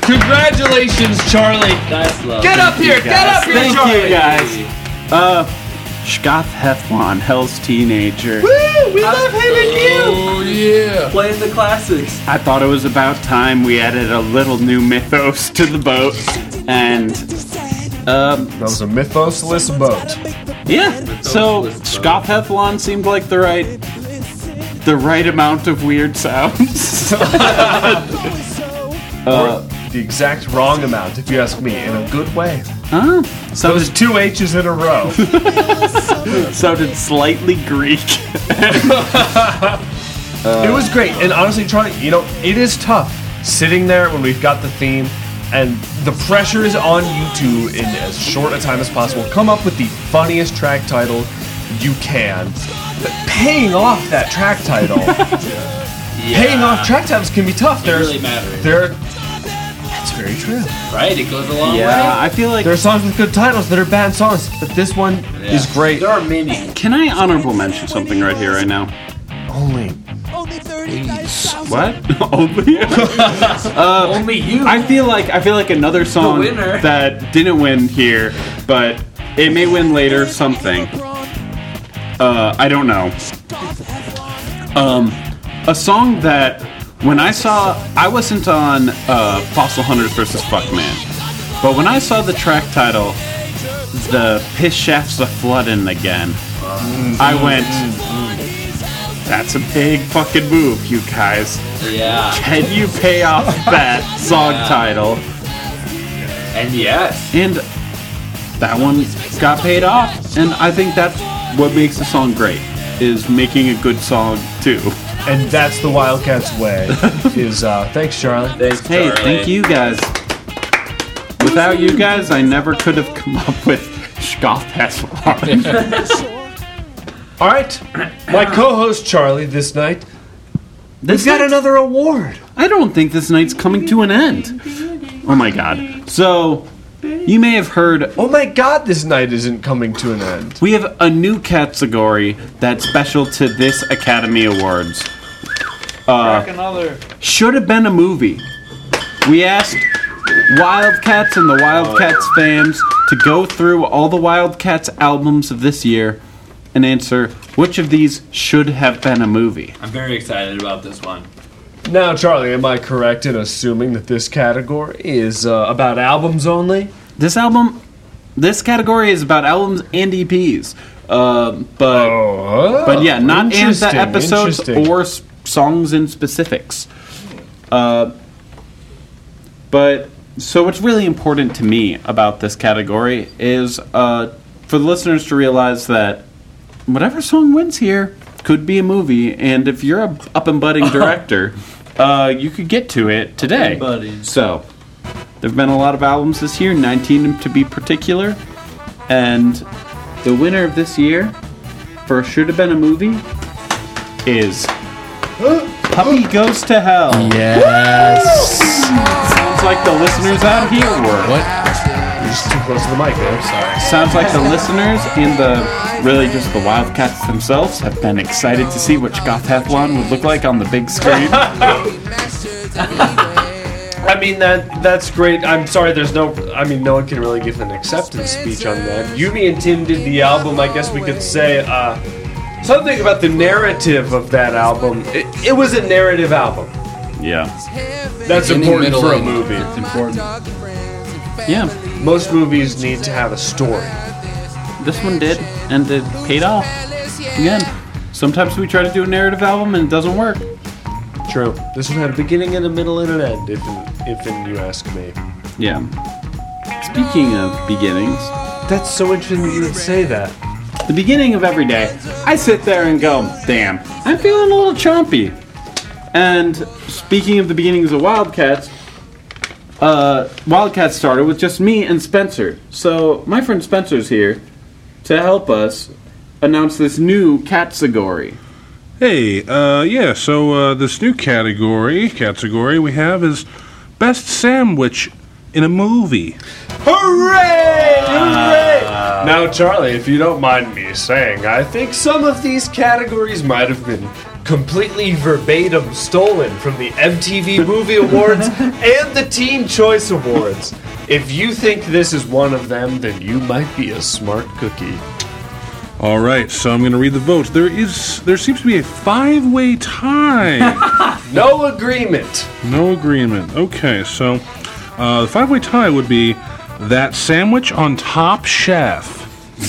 Speaker 1: Congratulations, Charlie!
Speaker 5: That's love.
Speaker 1: Get up here! Get up here,
Speaker 2: Thank
Speaker 1: Charlie!
Speaker 2: you guys. Uh, Shkoth Heflon, Hell's Teenager.
Speaker 1: Woo! We love him and you!
Speaker 4: Oh yeah.
Speaker 5: Playing the classics.
Speaker 2: I thought it was about time we added a little new mythos to the boat. And, um,
Speaker 1: That was a mythosless boat. <laughs>
Speaker 2: yeah. So, Shkoth Heflon seemed like the right, the right amount of weird sounds. <laughs>
Speaker 1: The exact wrong amount, if you ask me, in a good way.
Speaker 2: huh? So
Speaker 1: Those
Speaker 2: did,
Speaker 1: two H's in a <laughs> row.
Speaker 2: so did Slightly Greek.
Speaker 1: It was great, and honestly, Charlie, you know, it is tough sitting there when we've got the theme, and the pressure is on you to, in as short a time as possible, come up with the funniest track title you can. But paying off that track title, paying off track titles can be tough.
Speaker 5: It
Speaker 1: There's,
Speaker 5: really matters,
Speaker 1: there, that's very true.
Speaker 5: right? It goes a long
Speaker 2: Yeah, I feel like.
Speaker 1: There are songs with good titles that are bad songs, but this one
Speaker 5: way.
Speaker 1: is great.
Speaker 5: There are many.
Speaker 2: Can I honorable mention something right here, right now?
Speaker 1: Only
Speaker 2: What? <laughs> Only?
Speaker 5: Only you.
Speaker 2: Oh, I feel like I feel like another song
Speaker 5: The winner.
Speaker 2: that didn't win here, but it may win later. Something. Uh, I don't know. Um, a song that when I saw, I wasn't on uh, Fossil Hunters versus Fuckman, but when I saw the track title, the piss shafts a flooding again. I went, that's a big fucking move, you guys.
Speaker 5: Yeah.
Speaker 2: Can you pay off that song title?
Speaker 5: And yes.
Speaker 2: And that one got paid off. And I think that's what makes a song great is making a good song too.
Speaker 1: and that's the Wildcats
Speaker 2: <laughs>
Speaker 1: way. is uh, thanks, Charlie.
Speaker 5: Thanks,
Speaker 2: Hey,
Speaker 5: Charlie.
Speaker 2: thank you guys. Without you guys, I never could have come up with Schkoff Pesselon.
Speaker 1: All right, my co-host Charlie this night
Speaker 2: this
Speaker 1: got another award.
Speaker 2: I don't think this night's coming to an end. Oh my god. So, you may have heard
Speaker 1: Oh my God, this night isn't coming to an end.
Speaker 2: We have a new category that's special to this Academy Awards.
Speaker 5: Another.
Speaker 2: Should have been a movie. We asked Wildcats and the Wildcats fans to go through all the Wildcats albums of this year and answer which of these should have been a movie.
Speaker 5: I'm very excited about this one.
Speaker 1: Now, Charlie, am I correct in assuming that this category is uh, about albums only?
Speaker 2: This album, this category is about albums and EPs. Uh, but
Speaker 1: Oh,
Speaker 2: But yeah, not and the
Speaker 1: interesting,
Speaker 2: episodes
Speaker 1: interesting.
Speaker 2: or s- songs in specifics. Uh, but so what's really important to me about this category is uh, for the listeners to realize that whatever song wins here could be a movie, and if you're a up and
Speaker 5: <laughs>
Speaker 2: budding director, uh, you could get to it today.
Speaker 5: and budding.
Speaker 2: So there've been a lot of albums this year, 19 to be particular, and the winner of this year for should have been a movie is
Speaker 5: <gasps>
Speaker 2: Puppy Goes to Hell. Yes. Sounds like the listeners out here were.
Speaker 1: You're just too close to the mic, man. Sorry.
Speaker 2: Sounds like the listeners and the really just the Wildcats themselves have been excited to <laughs> see what Scott Hethlon would look like on the big screen.
Speaker 1: I mean that that's great. I'm sorry, there's no. I mean, no one can really give an acceptance speech on that. Yumi and Tim did the album. I guess we could say uh, something about the narrative of that album. It, it was a narrative album.
Speaker 2: Yeah.
Speaker 1: That's
Speaker 4: Beginning,
Speaker 1: important
Speaker 4: middle,
Speaker 1: for a
Speaker 4: end.
Speaker 1: movie.
Speaker 4: It's important.
Speaker 2: Yeah.
Speaker 1: Most movies need to have a story.
Speaker 2: This one did, and it paid off. Again, sometimes we try to do a narrative album and it doesn't work.
Speaker 1: True. This one had a beginning and a middle and an end. If if and you ask me.
Speaker 2: Yeah. Speaking of beginnings,
Speaker 1: That's so interesting that you would say that.
Speaker 2: the beginning of every day, I sit there and go, damn, I'm feeling a little chompy. And speaking of the beginnings of Wildcats, uh, Wildcats started with just me and Spencer. So my friend Spencer's here to help us announce this new category.
Speaker 7: Hey, uh, yeah, so uh, this new category, category we have is best sandwich in a movie.
Speaker 1: Hooray! Hooray!
Speaker 4: Ah.
Speaker 1: now, Charlie, if you don't mind me saying, I think some of these categories might have been completely verbatim stolen from the MTV
Speaker 4: <laughs>
Speaker 1: Movie Awards and the Teen Choice Awards. If you think this is one of them, then you might be a smart cookie.
Speaker 7: All right, so I'm going to read the votes. There is there seems to be a five-way tie.
Speaker 1: No agreement.
Speaker 7: no agreement. Okay, so uh, the five-way tie would be that sandwich on Top Chef.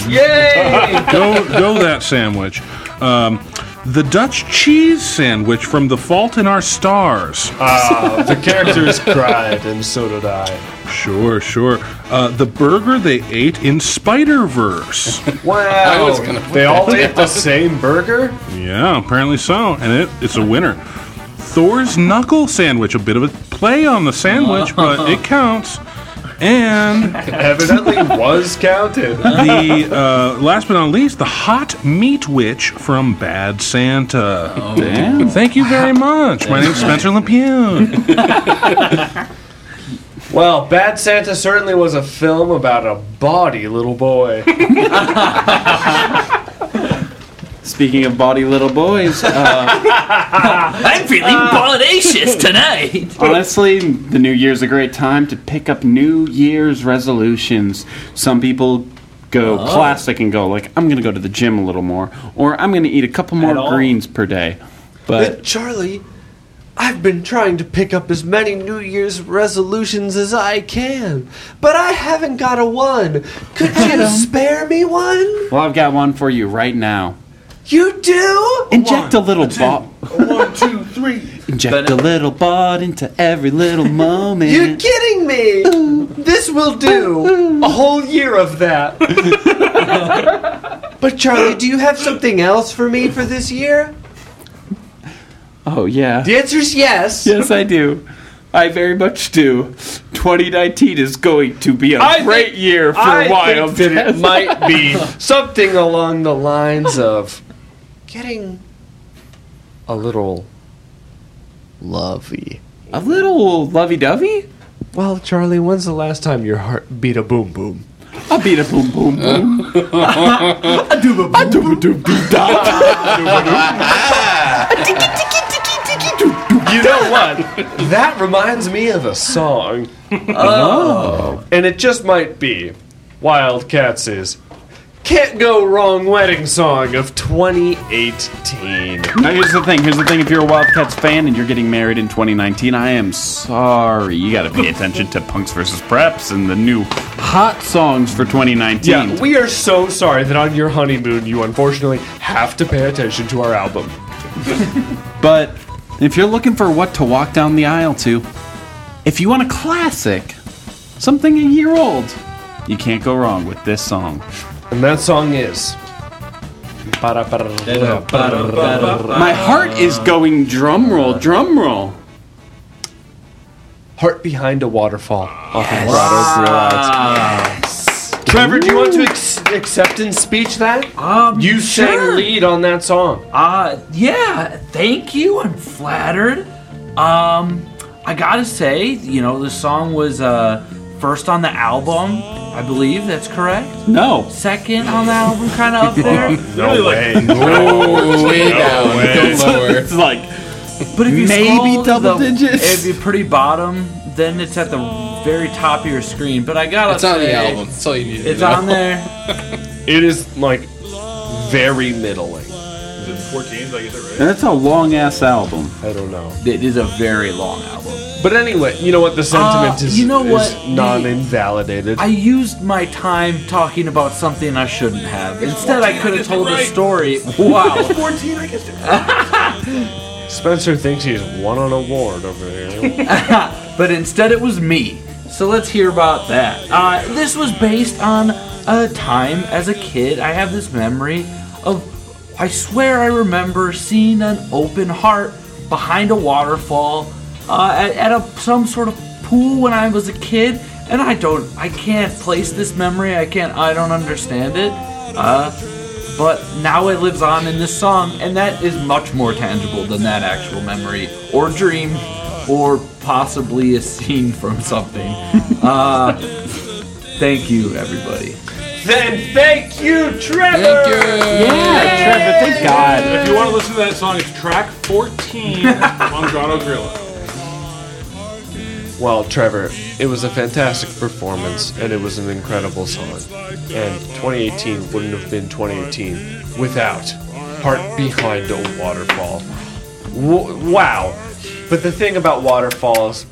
Speaker 1: Yay!
Speaker 7: <laughs> go go that sandwich. Um, the Dutch cheese sandwich from The Fault in Our Stars.
Speaker 1: Ah, the
Speaker 4: <laughs>
Speaker 1: characters cried, and so did I.
Speaker 7: Sure, sure. Uh, the burger they ate in Spider Verse.
Speaker 1: <laughs> Wow!
Speaker 4: I was gonna put
Speaker 1: they
Speaker 4: that
Speaker 1: all ate the same
Speaker 4: <laughs>
Speaker 1: burger?
Speaker 7: yeah, apparently so, and it, it's a winner. Thor's knuckle sandwich, a bit of a play on
Speaker 1: <laughs>
Speaker 7: the sandwich, but it counts. And
Speaker 1: Evidently was counted.
Speaker 7: the uh, last but not least, the hot meat witch from Bad Santa.
Speaker 1: Oh,
Speaker 2: Damn.
Speaker 7: Thank you very much. My name's
Speaker 1: <laughs>
Speaker 7: Spencer Lepune.
Speaker 1: Well, Bad Santa certainly was a film about a bawdy little <laughs> boy.
Speaker 2: Speaking of bawdy little boys, uh,
Speaker 5: I'm feeling pollinaceous tonight.
Speaker 2: honestly, the new year's a great time to pick up new year's resolutions. Some people
Speaker 1: Oh.
Speaker 2: go classic and go like, I'm gonna go to the gym a little more, or I'm gonna eat a couple more
Speaker 5: all?
Speaker 2: greens per day.
Speaker 1: but
Speaker 2: But
Speaker 1: Charlie, I've been trying to pick up as many New Year's resolutions as I can, but I haven't got a one. Could you spare me one?
Speaker 2: well, I've got one for you right now.
Speaker 1: You do?
Speaker 2: Inject a little ball.
Speaker 8: One, two, three.
Speaker 2: Inject a little bud into every little
Speaker 1: You're
Speaker 2: moment.
Speaker 1: kidding me! This will do! A whole year of that! but Charlie, do you have something else for me for this year?
Speaker 2: Oh yeah.
Speaker 1: The answer's yes.
Speaker 2: Yes, I do. I very much do. 2019 is going to be a
Speaker 1: I
Speaker 2: great
Speaker 1: think-
Speaker 2: year for
Speaker 1: I
Speaker 2: Wild
Speaker 1: think that it
Speaker 2: Cats.
Speaker 1: might be something along the lines of getting a little lovey.
Speaker 2: A little lovey-dovey?
Speaker 1: Well, Charlie, when's the last time your heart beat a boom boom?
Speaker 2: I'll beat a boom boom boom. A doo a doo doo da.
Speaker 1: You know what? that reminds me of a song. Oh. And it just might be Wildcats' Can't Go Wrong Wedding Song of 2018.
Speaker 2: Now here's the thing. Here's the thing. If you're a Wildcats fan and you're getting married in 2019, I am sorry. You got to pay attention to Punks versus Preps and the new hot songs for 2019.
Speaker 1: Yeah, we are so sorry that on your honeymoon you unfortunately have to pay attention to our album.
Speaker 2: But if you're looking for what to walk down the aisle to, if you want a classic, something a year old, you can't go wrong with this song.
Speaker 1: And that song is.
Speaker 2: My heart is going drum roll, drum roll.
Speaker 1: Heart Behind a Waterfall. off of Grotto Grill Outs. Trevor, do you want to ex- acceptance speech that?
Speaker 5: Um,
Speaker 1: You
Speaker 5: sure.
Speaker 1: sang lead on that song.
Speaker 5: Uh, yeah, thank you. I'm flattered. Um, I gotta say, you know, the song was uh, first on the album, I believe. That's correct.
Speaker 2: No.
Speaker 5: Second on the album, kind of up there.
Speaker 1: No way.
Speaker 4: Oh, way down. Go lower.
Speaker 2: It's like
Speaker 5: But if you
Speaker 2: Maybe
Speaker 5: scroll to
Speaker 2: double
Speaker 5: the,
Speaker 2: digits.
Speaker 5: If you pretty bottom, then it's at the very top of your screen. But I gotta
Speaker 4: It's on the
Speaker 5: say,
Speaker 4: album. That's all you need to
Speaker 5: It's
Speaker 4: know. <laughs>
Speaker 5: on there.
Speaker 1: <laughs> It is like very middling.
Speaker 9: Is it 14? Did I get that right?
Speaker 2: And that's a long ass album.
Speaker 1: I don't know.
Speaker 5: It is a very long album.
Speaker 1: But anyway, you know what? The sentiment
Speaker 5: Uh,
Speaker 1: is,
Speaker 5: you know
Speaker 1: is
Speaker 5: what? The-
Speaker 1: non-invalidated.
Speaker 5: I used my time talking about something I shouldn't have. Instead, I could have told the story. <laughs> Wow.
Speaker 9: 14, I guess.
Speaker 1: Spencer thinks he's won an award over
Speaker 5: <laughs>
Speaker 1: here.
Speaker 5: but instead it was me. So let's hear about that. Uh, this was based on a time as a kid. I have this memory of, I swear I remember seeing an open heart behind a waterfall uh, at, at a, some sort of pool when I was a kid, and I don't, I can't place this memory. I can't, I don't understand it. Uh, but now it lives on in this song, and that is much more tangible than that actual memory or dream or possibly a scene from something. Uh, thank you, everybody.
Speaker 1: then thank you, Trevor.
Speaker 4: Thank you.
Speaker 2: Yeah, Trevor, thank God.
Speaker 9: If you want to listen to that song, it's track 14 on Grotto Gorilla.
Speaker 1: Well, Trevor, it was a fantastic performance and it was an incredible song. And 2018 wouldn't have been 2018 without Heart Behind a Waterfall. W- wow. But the thing about waterfalls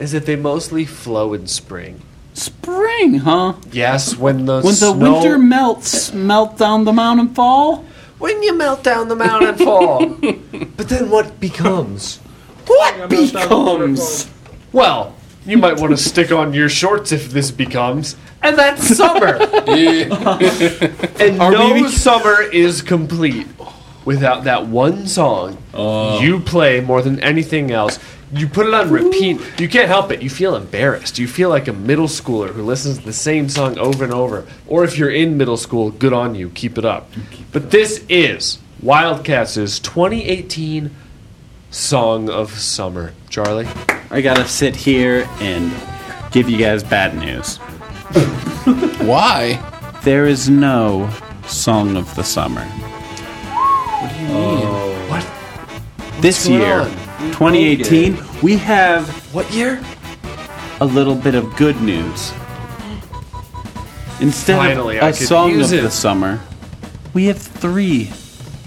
Speaker 1: is that they mostly flow in spring.
Speaker 2: Spring, huh?
Speaker 1: Yes, when the
Speaker 2: When the
Speaker 1: snow-
Speaker 2: winter melts, melt down the mountain fall.
Speaker 1: when you melt down the mountain fall. but then what becomes?
Speaker 2: What
Speaker 1: Oh,
Speaker 2: becomes?
Speaker 1: Well, you might want to stick on your shorts if this becomes, and that's summer. and no summer is complete without that one song you play more than anything else. You put it on repeat. You can't help it. You feel embarrassed. You feel like a middle schooler who listens to the same song over and over. Or if you're in middle school, good on you. Keep it up. but this is Wildcats' 2018 Song of Summer. Charlie?
Speaker 2: I gotta sit here and give you guys bad news.
Speaker 4: Why?
Speaker 2: There is no song of the summer. Oh.
Speaker 1: What?
Speaker 2: This
Speaker 1: going
Speaker 2: year,
Speaker 1: on?
Speaker 2: 2018, we have
Speaker 1: What year?
Speaker 2: a little bit of good news. Instead
Speaker 1: Finally,
Speaker 2: of
Speaker 1: I
Speaker 2: a
Speaker 1: could
Speaker 2: song
Speaker 1: use
Speaker 2: of
Speaker 1: it.
Speaker 2: the summer, we have three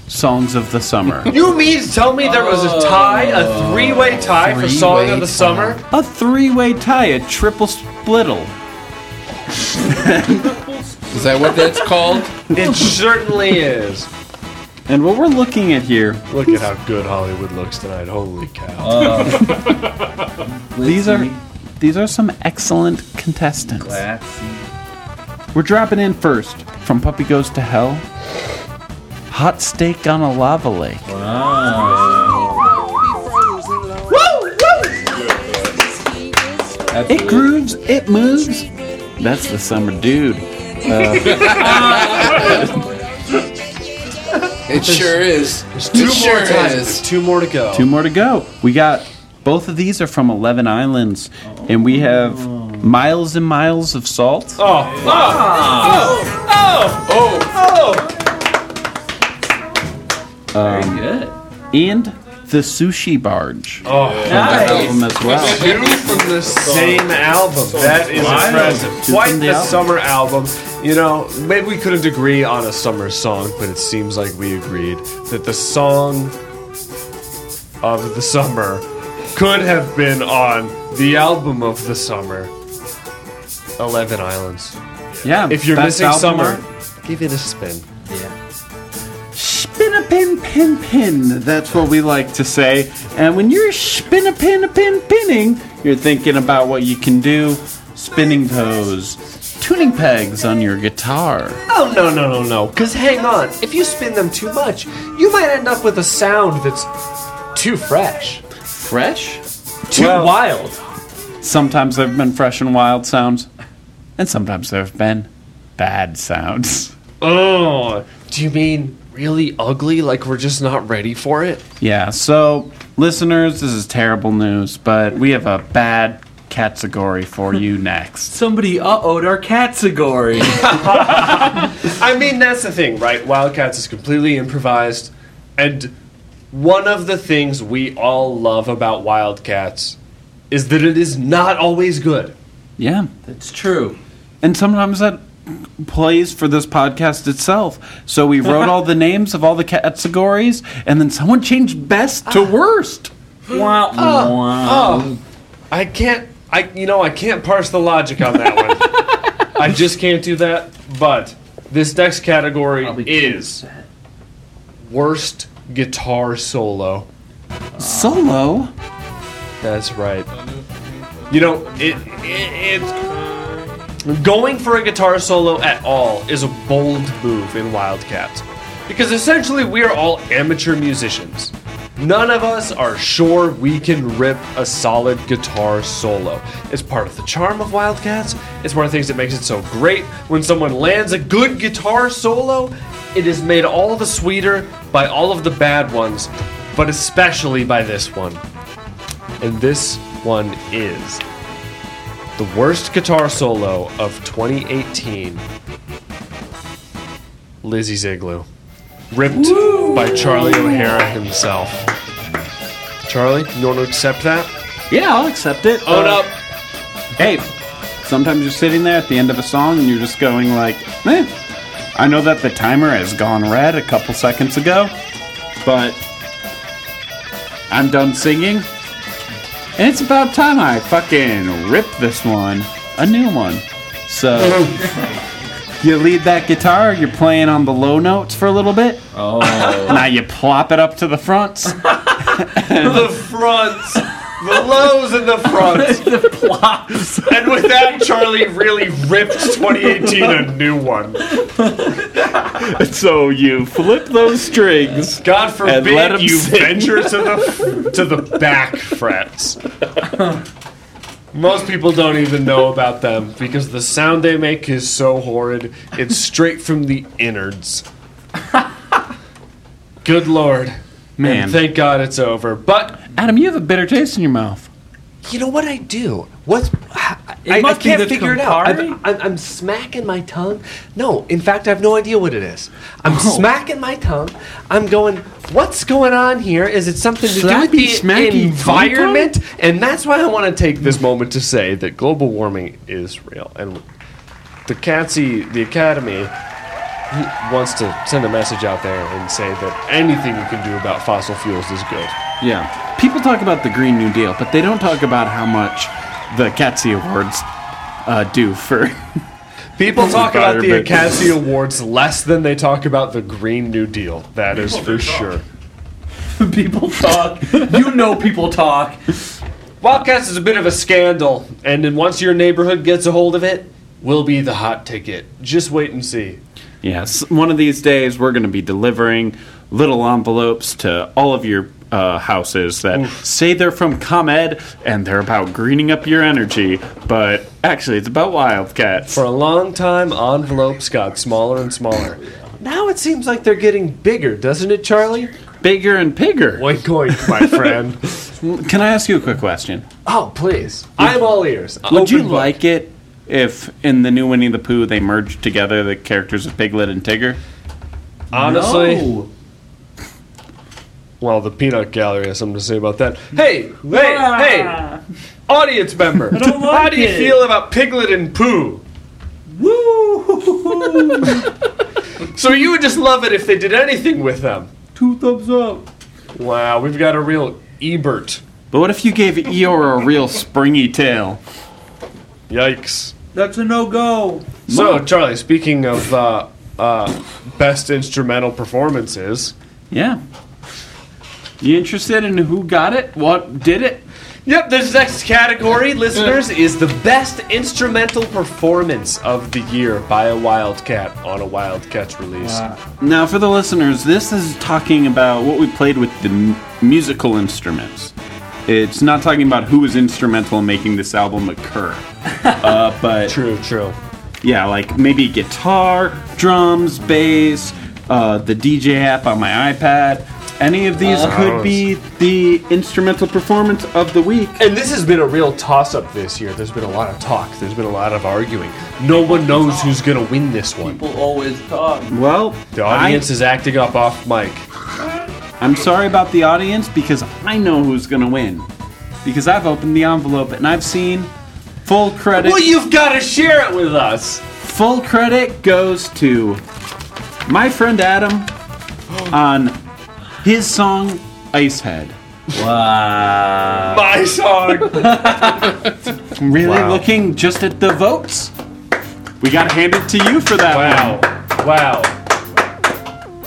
Speaker 2: songs of the summer.
Speaker 1: <laughs> You mean to tell me there was a tie, a Oh. three-way tie for Song
Speaker 4: Three-way
Speaker 1: of the Summer?
Speaker 2: a three-way tie, a triple splittle.
Speaker 4: Is that what that's called?
Speaker 1: <laughs> It certainly is.
Speaker 2: And what we're looking at here,
Speaker 1: Look at how good Hollywood looks tonight. Holy cow.
Speaker 2: these are these are some excellent contestants. We're dropping in first from Puppy Goes to Hell. Hot steak on a lava lake. It grooves, it moves. That's the summer dude.
Speaker 4: It sure is. it sure
Speaker 1: There's
Speaker 4: is.
Speaker 1: two more to go.
Speaker 2: Two more to go. We got both of these are from Eleven Islands, and we have miles and miles of salt.
Speaker 1: Oh, Oh,
Speaker 5: Very good.
Speaker 2: and the sushi barge. Oh, album as well.
Speaker 1: Two from the same album. That is impressive. Quite
Speaker 2: from the
Speaker 1: the
Speaker 2: album.
Speaker 1: summer album. You know, maybe we couldn't agree on a summer song, but it seems like we agreed that the song of the summer could have been on the album of the summer. Eleven Islands.
Speaker 2: Yeah,
Speaker 1: If you're
Speaker 2: best
Speaker 1: missing
Speaker 2: album
Speaker 1: summer,
Speaker 2: art.
Speaker 1: give it a spin.
Speaker 2: spin a pin pin pin. That's what we like to say. And when you're spin a pin a pin pinning, you're thinking about what you can do, spinning those tuning pegs on your guitar.
Speaker 1: Oh no no no no! Cause hang on, if you spin them too much, you might end up with a sound that's too fresh,
Speaker 2: Fresh?
Speaker 1: too wild.
Speaker 2: Sometimes there've been fresh and wild sounds, and sometimes there've been bad sounds. <laughs>
Speaker 1: Oh, do you mean really ugly? Like we're just not ready for it?
Speaker 2: Yeah, so listeners, this is terrible news, but we have a bad category for you <laughs> next.
Speaker 5: Somebody uh-oh'd our category.
Speaker 1: I mean, that's the thing, right? Wildcats is completely improvised, and one of the things we all love about Wildcats is that it is not always good.
Speaker 2: Yeah.
Speaker 5: It's true.
Speaker 2: And sometimes that plays for this podcast itself. So we wrote all the names of all the categories, and then someone changed best to worst.
Speaker 5: Wow.
Speaker 1: Oh, I can't. I you know I can't parse the logic on that <laughs> one. I just can't do that. But this next category
Speaker 5: Probably can't
Speaker 1: is worst guitar solo.
Speaker 2: Solo.
Speaker 1: That's right. You know, it, it, it going for a guitar solo at all is a bold move in Wildcat. Because essentially we are all amateur musicians. None of us are sure we can rip a solid guitar solo. It's part of the charm of Wildcats. It's one of the things that makes it so great. When someone lands a good guitar solo, it is made all the sweeter by all of the bad ones, but especially by this one and this one is the worst guitar solo of 2018 Lizzie's Igloo. Ripped by Charlie O'Hara himself. Charlie, you want to accept that?
Speaker 2: Yeah, I'll accept it.
Speaker 1: Own
Speaker 2: Uh,
Speaker 1: up.
Speaker 2: Hey, sometimes you're sitting there at the end of a song and you're just going like, eh, I know that the timer has gone red a couple seconds ago, but I'm done singing. And it's about time I fucking rip this one, a new one. <laughs> So you lead that guitar, you're playing on the low notes for a little bit. Oh. now you plop it up to the front.
Speaker 1: The fronts. The lows and the fronts.
Speaker 5: <laughs> the plops.
Speaker 1: And with that, Charlie really ripped 2018 a new one.
Speaker 2: <laughs> so you flip those strings.
Speaker 1: God forbid
Speaker 2: let 'em
Speaker 1: you
Speaker 2: sing.
Speaker 1: venture to
Speaker 2: <laughs>
Speaker 1: the to the back frets. Most people don't even know about them because the sound they make is so horrid. It's straight from the
Speaker 2: <laughs>
Speaker 1: innards. Good lord.
Speaker 2: Man.
Speaker 1: And thank God it's over. But
Speaker 2: Adam, you have a bitter taste in your mouth.
Speaker 1: you know what I do? What's
Speaker 5: It must be the Campari?
Speaker 1: I'm, I'm, I'm smacking my tongue. No, in fact, I have no idea what it is. I'm
Speaker 5: Oh.
Speaker 1: smacking my tongue. I'm going. What's going on here? Is it something to
Speaker 2: Slappy,
Speaker 1: do with
Speaker 2: smacky
Speaker 1: the
Speaker 2: tongue
Speaker 1: environment? And that's why I want to take this moment to say that global warming is real, and the CATSI, E, the Academy, wants to send a message out there and say that anything you can do about fossil fuels is good.
Speaker 2: Yeah. People talk about the Green New Deal, but they don't talk about how much the Catsy Awards uh, do for. <laughs>
Speaker 1: People talk about the
Speaker 2: Environment.
Speaker 1: Academy Awards less than they talk about the Green New Deal. That is for sure.
Speaker 5: <laughs> people talk. You know people talk.
Speaker 1: Wildcats is a bit of a scandal, and then once your neighborhood gets a hold of it, will be the hot ticket. Just wait and see.
Speaker 2: yes. One of these days, we're going to be delivering little envelopes to all of your uh, houses that say they're from ComEd and they're about greening up your energy, but actually, it's about wildcats.
Speaker 1: For a long time, envelopes got smaller and smaller. Now it seems like they're getting bigger, doesn't it, Charlie?
Speaker 2: Bigger and bigger.
Speaker 1: Oink oink, my friend.
Speaker 2: Can I ask you a quick question?
Speaker 1: <laughs> oh, please. I'm all ears.
Speaker 2: Would you
Speaker 1: Open book.
Speaker 2: like it if in the new Winnie the Pooh they merged together the characters of Piglet and Tigger?
Speaker 1: Honestly,
Speaker 5: No.
Speaker 1: well, the Peanut Gallery has something to say about that. Hey, hey, hey! audience member.
Speaker 5: don't like
Speaker 1: How do you
Speaker 5: it.
Speaker 1: feel about Piglet and Pooh?
Speaker 5: Woo!
Speaker 1: So you would just love it if they did anything with them.
Speaker 5: Two thumbs up.
Speaker 1: Wow, we've got a real Ebert.
Speaker 2: But what if you gave Eeyore a real springy tail?
Speaker 1: Yikes.
Speaker 5: That's a no go.
Speaker 1: So, Charlie, speaking of uh, uh, best instrumental performances,
Speaker 2: Yeah. You interested in who got it? What did it?
Speaker 1: Yep, this next category, listeners, is the best instrumental performance of the year by a Wildcat on a Wildcats release.
Speaker 2: Now, for the listeners, this is talking about what we played with the m- musical instruments. It's not talking about who was instrumental in making this album occur. <laughs> uh, but
Speaker 1: True, true.
Speaker 2: Yeah, like maybe guitar, drums, bass, uh, the DJ app on my iPad. Any of these could be the instrumental performance of the week.
Speaker 1: And this has been a real toss up this year. There's been a lot of talk, there's been a lot of arguing. No one knows who's going to win this one.
Speaker 5: People always talk.
Speaker 2: Well,
Speaker 1: The audience is acting up off mic.
Speaker 2: I, am sorry about the audience because I know who's gonna win. because I've opened the envelope and I've seen full credit.
Speaker 1: Well, you've got to share it with us.
Speaker 2: Full credit goes to my friend Adam on his song Icehead.
Speaker 5: Wow.
Speaker 1: My song.
Speaker 2: Really
Speaker 5: Wow.
Speaker 2: looking just at the votes. We got to hand it to you for that
Speaker 1: Wow.
Speaker 2: one.
Speaker 1: Wow.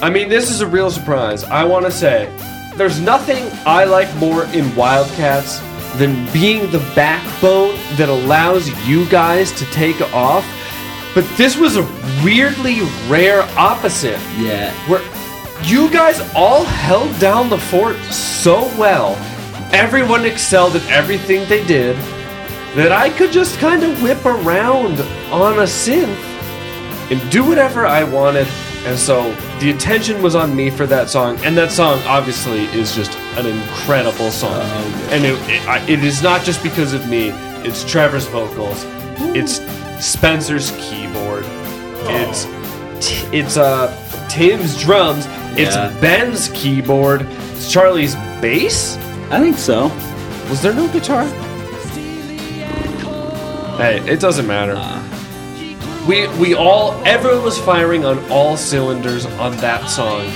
Speaker 1: I mean, this is a real surprise. I want to say, there's nothing I like more in Wildcats than being the backbone that allows you guys to take off. But this was a weirdly rare opposite
Speaker 5: Yeah.
Speaker 1: where you guys all held down the fort so well. Everyone excelled at everything they did that I could just kind of whip around on a synth and do whatever I wanted. And so the attention was on me for that song, and that song obviously is just an incredible song. And it, it, I, it is not just because of me. It's Trevor's vocals. It's Spencer's keyboard. It's t- it's uh Tim's drums. It's
Speaker 5: Yeah.
Speaker 1: Ben's keyboard. It's Charlie's bass.
Speaker 2: I think so.
Speaker 1: Was there no guitar?
Speaker 2: <laughs>
Speaker 1: <laughs> Hey, it doesn't matter. We we all everyone was firing on all cylinders on that song.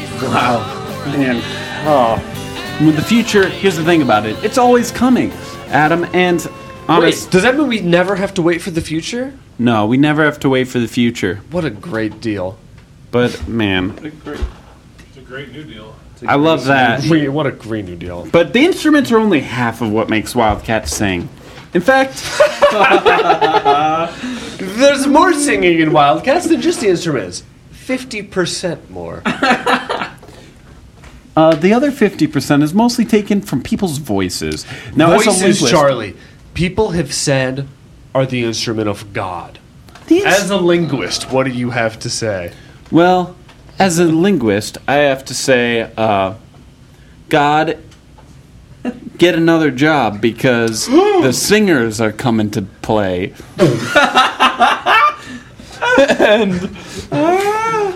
Speaker 2: Man, oh. With the future, here's the thing about it. It's always coming. Adam and
Speaker 1: Wait,
Speaker 2: honest.
Speaker 1: does that mean we never have to wait for the future?
Speaker 2: No, we never have to wait for the future.
Speaker 1: What a great deal.
Speaker 2: But man,
Speaker 9: It's a great, it's a great new deal.
Speaker 2: I love that.
Speaker 1: Wait, what a great new deal.
Speaker 2: But the instruments are only half of what makes Wildcat sing. In fact, <laughs>
Speaker 1: There's more singing in Wildcats than just the instruments. 50% more.
Speaker 2: uh, the other 50% is mostly taken from people's voices. Now, as a
Speaker 1: Voices,
Speaker 2: linguist-
Speaker 1: Charlie. People have said are the instrument of God.
Speaker 2: These-
Speaker 1: As a linguist, what do you have to say?
Speaker 2: Well, as a linguist, I have to say, uh, God, get another job because <gasps> the singers are coming to play. and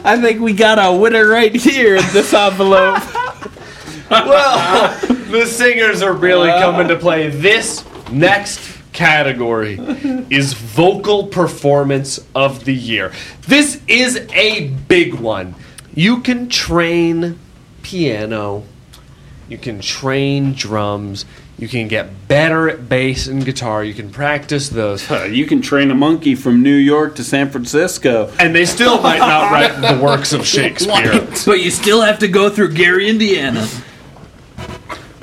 Speaker 2: I think we got our winner right here in this envelope.
Speaker 1: Well, the singers are really coming to play. This next category is vocal performance of the year. This is a big one. You can train piano, you can train drums, you can get better at bass and guitar, you can practice <laughs> those,
Speaker 2: <laughs> you can train a monkey from New York to San Francisco.
Speaker 1: and they still might not write the works of Shakespeare.
Speaker 5: But you still have to go through Gary, Indiana.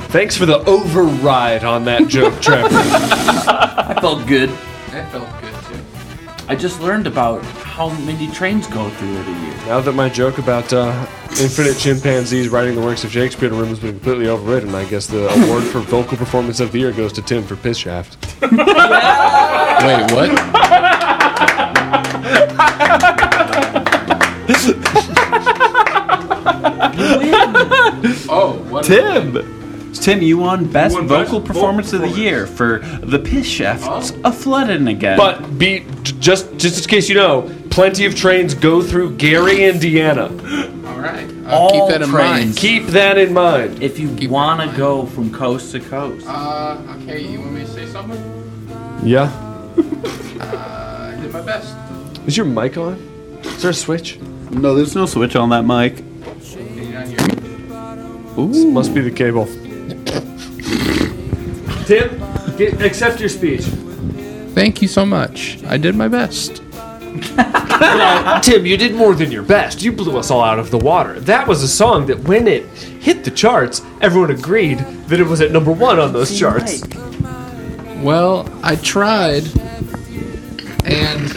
Speaker 1: Thanks for the override on that joke, Trevor.
Speaker 5: I felt good.
Speaker 4: That felt good too.
Speaker 5: I just learned about how many trains go through it a year.
Speaker 1: Now that my joke about uh, infinite chimpanzees writing the works of Shakespeare to rhyme has been completely overridden, I guess the award for vocal performance of the year goes to Tim for Piss Shaft.
Speaker 4: Wait, what? oh, what?
Speaker 2: Tim! Tim, you won Best
Speaker 9: won Best
Speaker 2: Vocal
Speaker 9: Vocal
Speaker 2: Performance of the Year for The Piss Shafts A Flooding Again.
Speaker 1: But be j- just just in case you know, plenty of trains go through Gary, Indiana.
Speaker 4: All right, I'll
Speaker 5: All
Speaker 4: keep that in
Speaker 5: praise.
Speaker 4: mind.
Speaker 1: Keep that in mind.
Speaker 5: If you want to go from coast to coast.
Speaker 4: Uh, okay, you want me to say something?
Speaker 1: Yeah.
Speaker 4: I did my best.
Speaker 1: Is your mic on? Is there a switch?
Speaker 2: No, there's no switch on that mic.
Speaker 4: Can you not hear me?
Speaker 1: This must be the cable. Tim, get, accept your speech.
Speaker 4: Thank you so much. I did my best.
Speaker 1: Tim, you did more than your best. You blew us all out of the water. That was a song that, when it hit the charts, everyone agreed that it was at number one on those charts.
Speaker 4: Well, I tried, and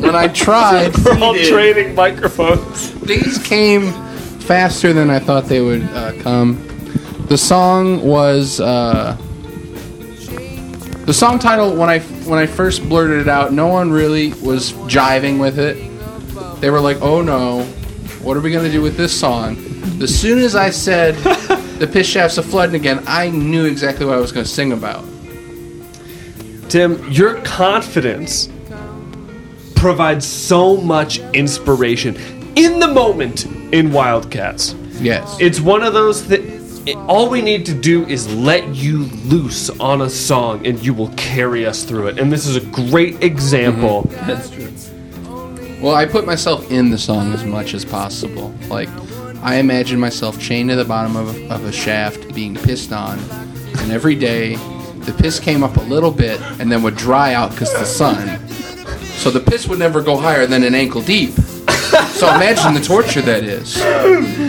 Speaker 4: when I
Speaker 1: <laughs>
Speaker 4: tried,
Speaker 5: <laughs>
Speaker 1: We're all trading microphones.
Speaker 4: these came faster than I thought they would uh, come. The song was uh, the song title. When I when I first blurted it out, no one really was jiving with it. They were like, "Oh no, what are we gonna do with this song?" As soon as I said "The Piss Shafts Are Flooding Again," I knew exactly what I was gonna sing about.
Speaker 1: Tim, your confidence provides so much inspiration in the moment in Wildcats.
Speaker 4: Yes,
Speaker 1: It's one of those that it, all we need to do is let you loose on a song and you will carry us through it. And this is a great example.
Speaker 6: That's true.
Speaker 4: Well, I put myself in the song as much as possible. Like, I imagine myself chained to the bottom of a, of a shaft being pissed on, and every day the piss came up a little bit and then would dry out because the sun. So the piss would never go higher than an ankle deep. So imagine the torture that is.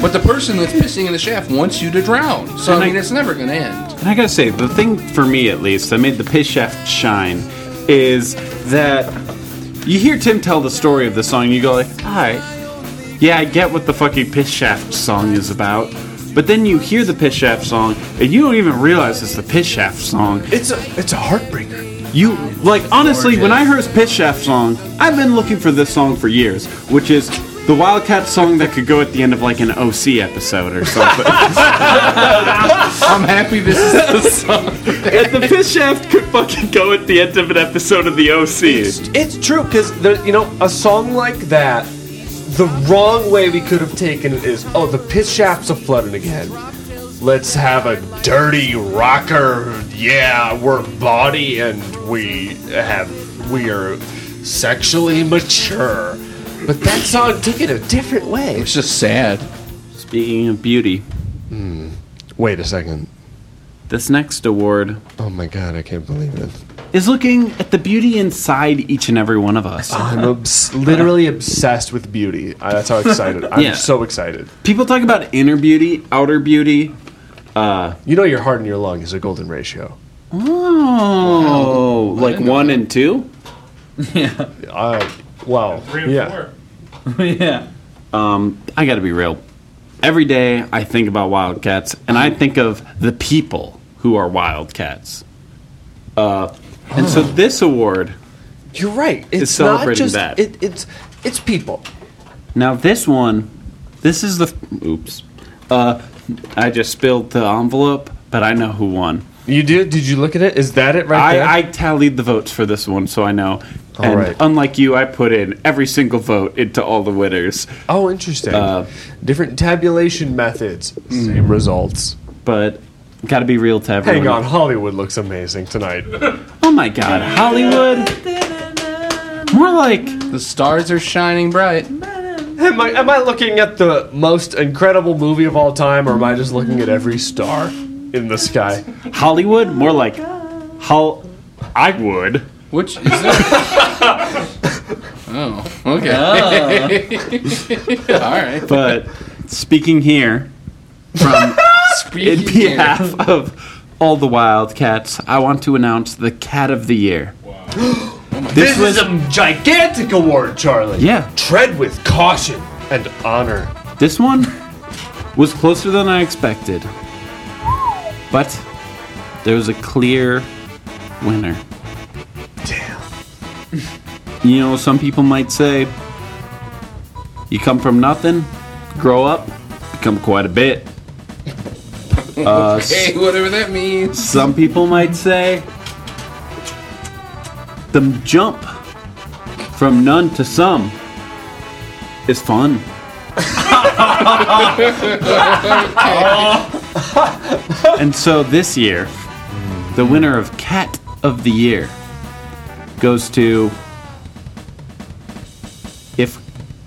Speaker 4: But the person that's pissing in the shaft wants you to drown. So I mean, it's never going to end.
Speaker 2: And I gotta say, the thing for me at least that made the piss shaft shine is that you hear Tim tell the story of the song, you go like, "Alright, yeah, I get what the fucking piss shaft song is about." But then you hear the piss shaft song, and you don't even realize it's the piss shaft song.
Speaker 1: It's a it's a heartbreaker.
Speaker 2: You like honestly, when I heard Piss Shaft song, I've been looking for this song for years, which is the Wildcat song that could go at the end of like an OC episode or something. <laughs>
Speaker 4: I'm happy this is
Speaker 2: and the Piss Shaft could fucking go at the end of an episode of the OC.
Speaker 1: It's true because you know a song like that, the wrong way we could have taken it is oh the piss shafts are flooding again. Let's have a dirty rocker. Yeah, we're body and we have we are sexually mature. But that song took it a different way.
Speaker 4: It's just sad.
Speaker 2: Speaking of beauty,
Speaker 1: Wait a second.
Speaker 2: this next award
Speaker 1: Oh my god, I can't believe it.
Speaker 2: is looking at the beauty inside each and every one of us.
Speaker 1: I'm obs- literally obsessed with beauty. I, that's how excited. I'm
Speaker 2: Yeah.
Speaker 1: so excited.
Speaker 2: People talk about inner beauty, outer beauty.
Speaker 1: You know your heart and your lung is a golden ratio.
Speaker 2: Oh, like one and two.
Speaker 1: Uh, wow.
Speaker 9: Three and
Speaker 1: yeah.
Speaker 9: four.
Speaker 5: yeah.
Speaker 2: I gotta be real. Every day I think about wildcats, and I think of the people who are wildcats. Uh, and so this award.
Speaker 1: You're right. It's,
Speaker 2: celebrating
Speaker 1: not just
Speaker 2: that.
Speaker 1: It, it's it's people.
Speaker 2: Now this one, this is the. Oops. Uh, I just spilled the envelope, but I know who won.
Speaker 1: You did? Did you look at it? Is that it right there?
Speaker 2: I, I tallied the votes for this one, so I know. and
Speaker 1: right.
Speaker 2: unlike you, I put in every single vote into all the winners.
Speaker 1: oh, interesting.
Speaker 2: Uh, Mm.
Speaker 1: Different tabulation methods, same results.
Speaker 2: But gotta be real to everyone.
Speaker 1: Hang on, Hollywood looks amazing tonight. <laughs>
Speaker 2: Oh my god, Hollywood! More like
Speaker 4: The stars are shining bright.
Speaker 1: am I am I looking at the most incredible movie of all time, or am I just looking at every star in the sky?
Speaker 2: Hollywood, more like Hol. I would.
Speaker 4: Which is that? <laughs> oh, okay. <laughs> All right.
Speaker 2: But speaking here, from
Speaker 1: <laughs>
Speaker 2: in behalf of all the Wildcats, I want to announce the Cat of
Speaker 1: <gasps>
Speaker 2: the Year.
Speaker 1: <laughs> This, is a gigantic award, Charlie.
Speaker 2: Yeah.
Speaker 1: Tread with caution and honor.
Speaker 2: This one was closer than I expected, but there was a clear winner. Damn. You know, some people might say, you come from nothing, grow up, become quite a bit.
Speaker 4: Hey, whatever that means.
Speaker 2: Some people might say the jump from none to some is fun. and so this year, the winner of Cat of the Year goes to if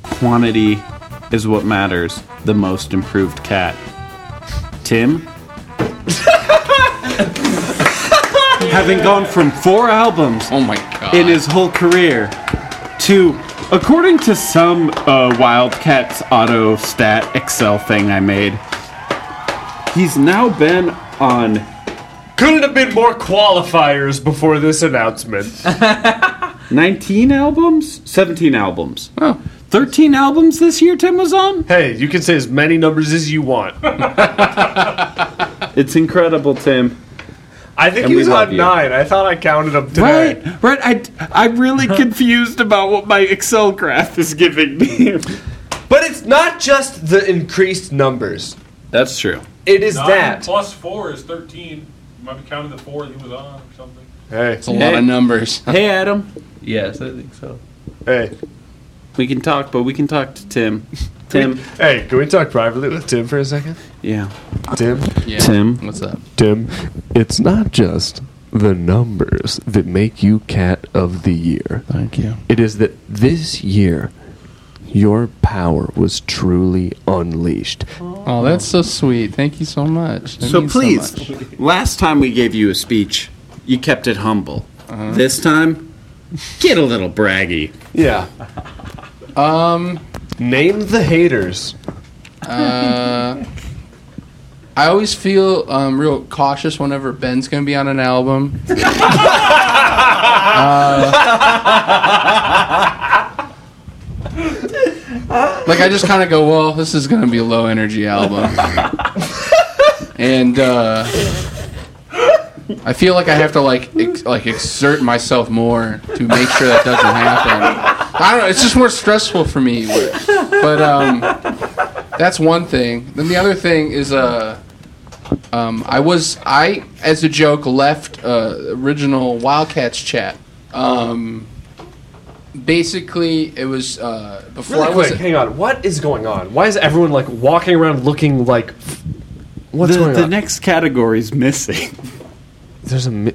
Speaker 2: quantity is what matters, the most improved cat. Tim, having gone from four albums
Speaker 4: Oh my god.
Speaker 2: in his whole career to, according to some uh, Wildcats auto stat Excel thing I made, he's now been on.
Speaker 1: Couldn't have been more qualifiers before this announcement.
Speaker 2: 19 albums? 17 albums.
Speaker 4: Oh.
Speaker 2: 13 albums this year Tim was on?
Speaker 1: Hey, you can say as many numbers as you want.
Speaker 2: It's incredible, Tim.
Speaker 1: <laughs> I think
Speaker 2: And
Speaker 1: he
Speaker 2: we
Speaker 1: was
Speaker 2: love
Speaker 1: on
Speaker 2: you.
Speaker 1: nine. I thought I counted them today.
Speaker 2: Right, right. I, I'm really confused about what my Excel graph is giving me.
Speaker 1: But it's not just the increased numbers.
Speaker 2: That's true.
Speaker 1: It is
Speaker 9: Nine
Speaker 1: that.
Speaker 9: plus four is thirteen. You might be counting the four that he was on or something.
Speaker 1: Hey,
Speaker 4: a lot of numbers.
Speaker 2: Hey, Adam.
Speaker 5: Yes, I think so.
Speaker 1: hey.
Speaker 2: We can talk, but we can talk to Tim. Tim.
Speaker 1: Hey, can we talk privately with Tim for a second?
Speaker 2: Yeah.
Speaker 1: Tim,
Speaker 4: Yeah.
Speaker 2: Tim.
Speaker 4: What's up?
Speaker 1: Tim, it's not just the numbers that make you cat of the year.
Speaker 2: Thank you.
Speaker 1: It is that this year, your power was truly unleashed.
Speaker 4: Oh, that's so sweet. Thank you so much. That
Speaker 2: So
Speaker 4: means
Speaker 2: please,
Speaker 4: much.
Speaker 2: last time we gave you a speech, you kept it humble. This time, get a little braggy.
Speaker 1: Yeah.
Speaker 4: Um,
Speaker 1: Name the haters.
Speaker 4: uh, I always feel um, real cautious whenever Ben's gonna be on an album. Uh, like I just kind of go, well, this is gonna be a low energy album, and uh, I feel like I have to like ex- like exert myself more to make sure that doesn't happen. I don't know. It's just more stressful for me, but um. That's one thing. Then the other thing is, uh, um, I was I as a joke left uh, original Wildcats chat. Um, basically, it was uh, before
Speaker 1: Really
Speaker 4: I was
Speaker 1: quick, hang on. What is going on? Why is everyone like walking around looking like? What's
Speaker 2: The,
Speaker 1: going
Speaker 2: the
Speaker 1: on?
Speaker 2: next category's missing.
Speaker 1: There's a. Mi-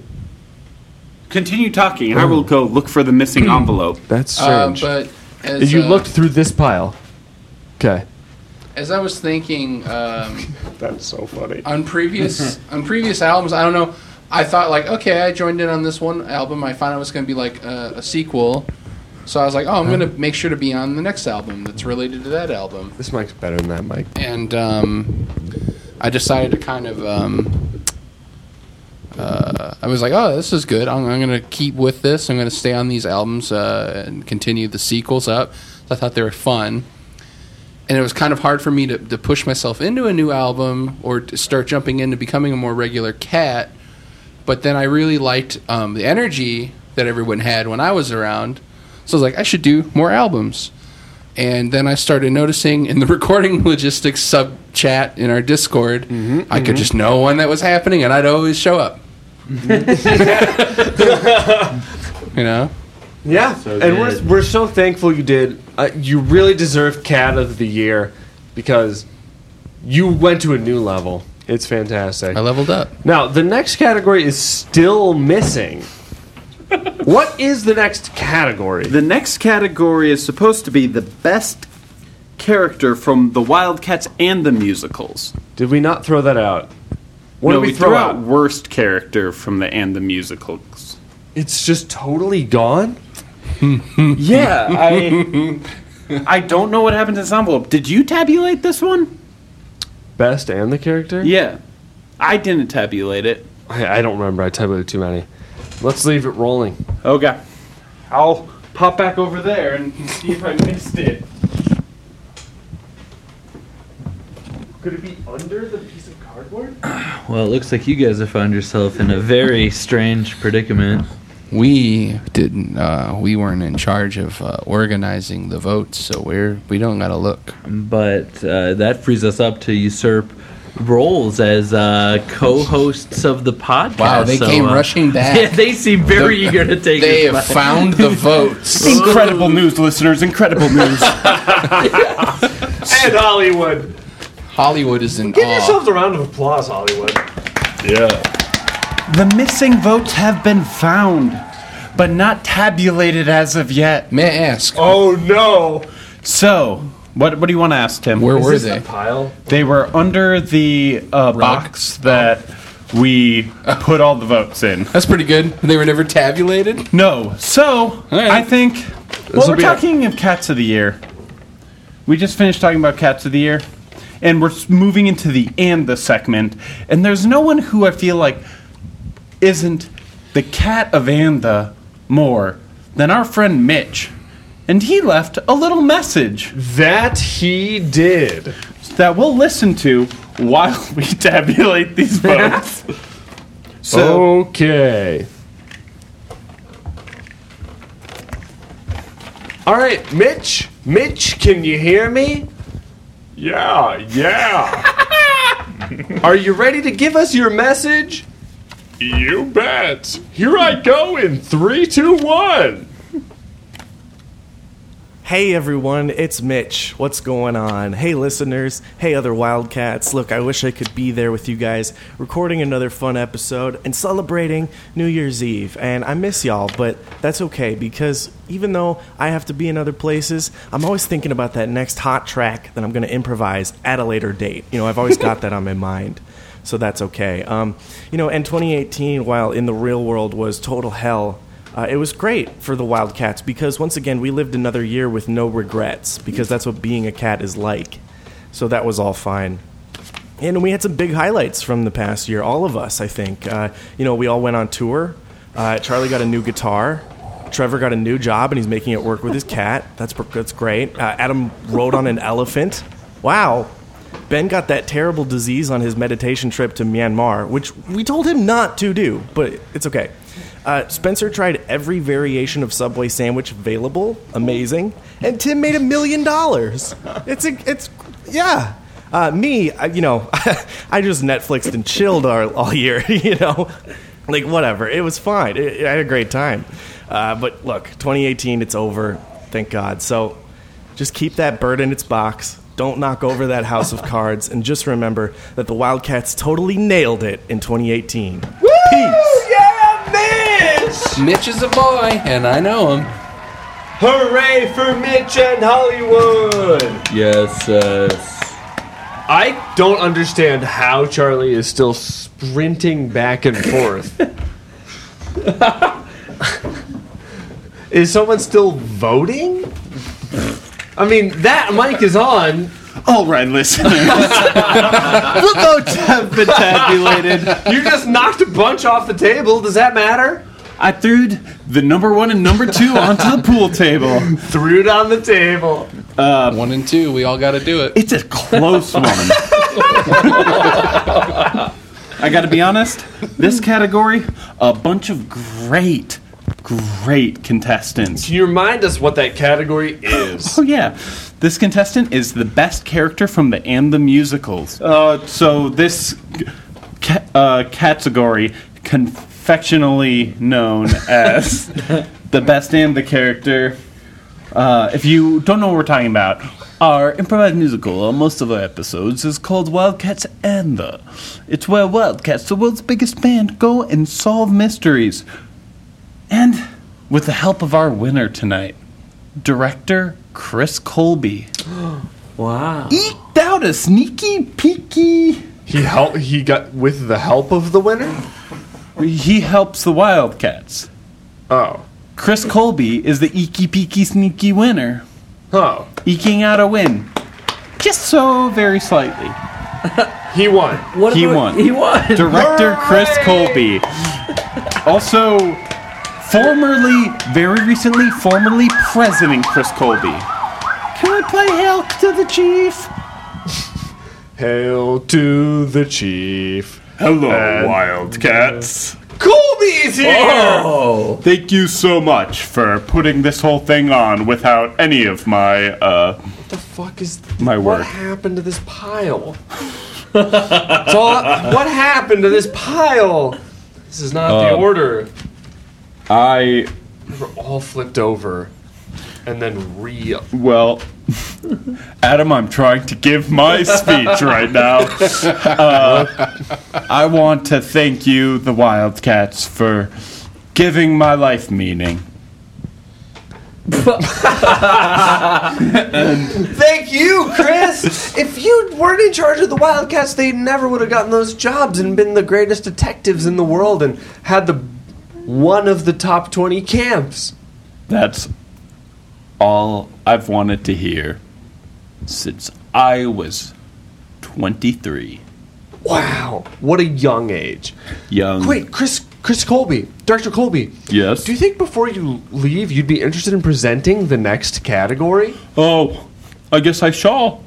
Speaker 2: <laughs> Continue talking, and I
Speaker 1: Oh.
Speaker 2: will go look for
Speaker 1: <clears throat>
Speaker 2: the missing envelope.
Speaker 1: That's
Speaker 4: uh,
Speaker 1: strange.
Speaker 4: but as,
Speaker 1: you
Speaker 4: uh,
Speaker 1: looked through this pile. Okay.
Speaker 4: as I was
Speaker 1: <laughs>
Speaker 4: thinking um,
Speaker 1: That's so funny.
Speaker 4: on
Speaker 1: <laughs>
Speaker 4: previous on previous albums. I don't know. I thought like, okay, I joined in on this one album. I found it was going to be like a, a sequel. So I was like, oh, I'm going to make sure to be on the next album that's related to that album.
Speaker 1: This mic's better than that mic.
Speaker 4: and um, I decided to kind of. Um, uh, I was like, "Oh, this is good. I'm, I'm going to keep with this. I'm going to stay on these albums uh, and continue the sequels up." I thought they were fun, and it was kind of hard for me to, to push myself into a new album or to start jumping into becoming a more regular cat. But then I really liked um, the energy that everyone had when I was around, so I was like, "I should do more albums." and then I started noticing in the <laughs> recording logistics sub chat in our Discord, I could just know when that was happening, and I'd always show up. <laughs> you know,
Speaker 1: Yeah, and we're, we're so thankful you did. Uh, you really deserve Cat of the Year because you went to a new level. It's fantastic.
Speaker 4: I leveled up.
Speaker 1: Now, the next category is still
Speaker 4: <laughs>
Speaker 1: missing. what is the next category?
Speaker 2: The next category is supposed to be the best character from the Wildcats and the musicals.
Speaker 1: Did we not throw that out? What
Speaker 2: no,
Speaker 1: did we,
Speaker 2: we
Speaker 1: throw
Speaker 2: threw out
Speaker 1: out?
Speaker 2: worst character from the and the musicals.
Speaker 1: It's just totally gone? <laughs>
Speaker 2: Yeah, I I don't know what happened to this envelope. Did you tabulate this one?
Speaker 1: Best and the character?
Speaker 2: Yeah. I didn't tabulate it.
Speaker 1: I, I don't remember. I tabulated too many. Let's leave it rolling.
Speaker 2: Okay. I'll pop back over there and see if I missed it.
Speaker 1: Could it be under the piece of cardboard?
Speaker 5: Well, it looks like you guys have found yourself in a very strange predicament.
Speaker 4: We didn't. Uh, we weren't in charge of uh, organizing the votes, so we're we don't gotta look.
Speaker 5: but uh, that frees us up to usurp roles as uh, co-hosts of the podcast.
Speaker 4: Wow, they
Speaker 5: So,
Speaker 4: came
Speaker 5: uh, <laughs>
Speaker 4: rushing back.
Speaker 5: Yeah, they seem very eager to take.
Speaker 4: They
Speaker 5: us
Speaker 4: have
Speaker 5: back.
Speaker 4: found the votes.
Speaker 2: Incredible news, listeners. Incredible news.
Speaker 1: And Hollywood!
Speaker 4: Hollywood is in
Speaker 1: Give
Speaker 4: awe.
Speaker 1: yourselves a round of applause, Hollywood.
Speaker 2: the missing votes have been found, but not tabulated as of yet.
Speaker 4: May I ask,
Speaker 1: Oh no!
Speaker 2: So, what, what do you want to ask, Tim?
Speaker 4: where were they?
Speaker 1: Pile.
Speaker 2: They were under the uh, box that we put all the votes in.
Speaker 4: That's pretty good. They were never tabulated.
Speaker 2: No, so
Speaker 4: right.
Speaker 2: I think.
Speaker 1: will
Speaker 2: Well, we're
Speaker 1: be a-
Speaker 2: talking of cats of the year. We just finished talking about cats of the year, and we're s- moving into the and the segment. And there's no one who I feel like isn't the cat of and the more than our friend Mitch. And he left a little message
Speaker 1: That he did.
Speaker 2: that we'll listen to while we <laughs> tabulate these votes. so
Speaker 1: okay. All right, Mitch. Mitch, can you hear me? Yeah, yeah. <laughs> Are you ready to give us your message? You bet. Here I go in three, two, one.
Speaker 10: Hey everyone, it's Mitch. What's going on? Hey listeners. Hey other Wildcats. Look, I wish I could be there with you guys, recording another fun episode and celebrating New Year's Eve. And I miss y'all, but that's okay because even though I have to be in other places, I'm always thinking about that next hot track that I'm going to improvise at a later date. You know, I've always got that on my mind so that's okay. Um, you know, and 2018, while in the real world was total hell, uh, it was great for the Wildcats because once again we lived another year with no regrets because that's what being a cat is like. So that was all fine. And we had some big highlights from the past year, all of us, I think. Uh, you know, we all went on tour. Uh, Charlie got a new guitar. Trevor got a new job, and he's making it work with his cat. That's, pr- that's great. Uh, Adam rode on an elephant. Wow. Ben got that terrible disease on his meditation trip to Myanmar, which we told him not to do, but it's okay. Uh, Spencer tried every variation of Subway sandwich available. Amazing. And Tim made a million dollars. It's a, it's yeah. Uh, me, I, you know, <laughs> I just Netflixed and chilled all, all year. <laughs> You know, like whatever. It was fine. It, I had a great time. Uh, but look, 2018, it's over. Thank God. So just keep that bird in its box. Don't knock over that house of cards. And just remember that the Wildcats totally nailed it in 2018. Peace.
Speaker 6: Mitch is a boy, and I know him.
Speaker 1: Hooray for Mitch and Hollywood!
Speaker 6: Yes,
Speaker 1: I don't understand how Charlie is still sprinting back and forth. is someone still voting? I mean, that mic is on.
Speaker 2: All right, listeners. <laughs> the votes have been tabulated.
Speaker 1: You just knocked a bunch off the table. Does that matter?
Speaker 2: I threw the number one and number two onto the pool table.
Speaker 1: Threw it on the table.
Speaker 4: One and two, we all got to do it.
Speaker 2: It's
Speaker 1: <laughs>
Speaker 2: a close one. I gotta be honest, this category, a bunch of great, great contestants.
Speaker 1: Can you remind us what that category is?
Speaker 2: Oh, yeah. This contestant is the best character from the and the musicals. Uh, so this ca- uh, category, confectionally known
Speaker 1: <laughs>
Speaker 2: as the best and the character. Uh, if you don't know what we're talking about, our improvised musical on most of our episodes is called Wildcats and the. It's where Wildcats, the world's biggest band, go and solve mysteries. And with the help of our winner tonight, director Chris Colby.
Speaker 5: Wow.
Speaker 2: Eked out a sneaky peeky.
Speaker 1: He help. He got with the help of the winner.
Speaker 2: He helps the Wildcats.
Speaker 1: Oh,
Speaker 2: Chris Colby is the eeky peeky sneaky winner,
Speaker 1: oh,
Speaker 2: eking out a win. Just so very slightly.
Speaker 1: <laughs> he won.
Speaker 5: <laughs> What
Speaker 2: He
Speaker 5: about-
Speaker 2: won.
Speaker 5: He won.
Speaker 2: Director Chris Colby. Also, formerly, very recently, formerly President Chris Colby. Can I play Help to the Chief?
Speaker 1: <laughs> Hail to the chief.
Speaker 2: Hello, Wildcats.
Speaker 1: Colby's here.
Speaker 5: Oh.
Speaker 2: Thank you so much for putting this whole thing on without any of my, uh,
Speaker 1: What the fuck is
Speaker 2: My
Speaker 1: What
Speaker 2: work.
Speaker 1: happened to this pile? It's all- what happened to this pile? This is not the order.
Speaker 2: I
Speaker 1: We're all flipped over, and then re.
Speaker 2: Well, Adam, I'm trying to give my speech right now. Uh, I want to thank you, the Wildcats, for giving my life meaning.
Speaker 1: Thank you,
Speaker 2: <laughs>
Speaker 1: Chris. if you weren't in charge of the Wildcats, they never would have gotten those jobs and been the greatest detectives in the world and had the one of the top twenty camps.
Speaker 2: That's all I've wanted to hear since I was 23.
Speaker 1: Wow, what a young age.
Speaker 2: Young.
Speaker 1: Wait, Chris, Chris Colby, Director Colby.
Speaker 2: Yes.
Speaker 1: Do you think before you leave, you'd be interested in presenting the next category?
Speaker 2: oh, I guess I shall.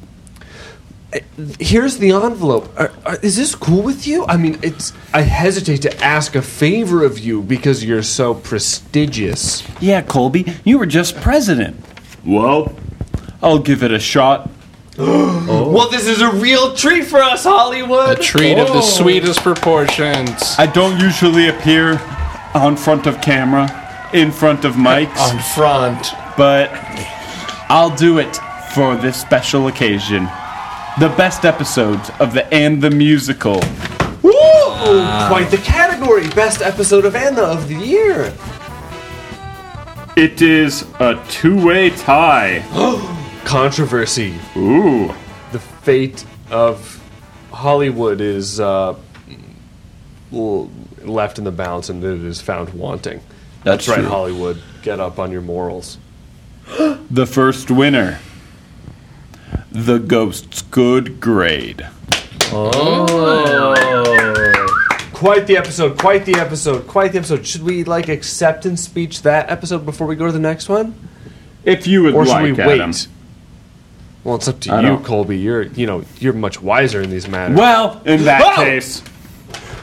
Speaker 1: Here's the envelope. Are, are, is this cool with you? I mean, it's. I hesitate to ask a favor of you because you're so prestigious.
Speaker 2: Yeah, Colby, you were just president. Well, I'll give it a shot.
Speaker 1: Well, this is a real treat for us,
Speaker 4: A
Speaker 1: Hollywood.
Speaker 4: treat of the sweetest proportions.
Speaker 2: I don't usually appear on front of camera, in front of mics,
Speaker 4: On front.
Speaker 2: but I'll do it for this special occasion. The best episodes of the And the Musical.
Speaker 1: Woo! Quite the category. Best episode of Anna of the year.
Speaker 2: It is a two-way
Speaker 1: <gasps>
Speaker 2: tie.
Speaker 10: Controversy.
Speaker 2: Ooh.
Speaker 10: The fate of Hollywood is uh, l- left in the balance and it is found wanting.
Speaker 5: That's
Speaker 10: right,
Speaker 5: true.
Speaker 10: Hollywood. Get up on your morals.
Speaker 2: <gasps> The first winner. The Ghost's Good Grade.
Speaker 1: Oh.
Speaker 10: Quite the episode. Quite the episode. Quite the episode. Should we like acceptance speech that episode before we go to the next one?
Speaker 2: If you would
Speaker 10: Or should
Speaker 2: like,
Speaker 10: we wait?
Speaker 2: Adam.
Speaker 10: Well, it's up to
Speaker 2: I
Speaker 10: you,
Speaker 2: don't-
Speaker 10: Colby. You're you know you're much wiser in these matters.
Speaker 2: Well, in that
Speaker 10: Whoa!
Speaker 2: case,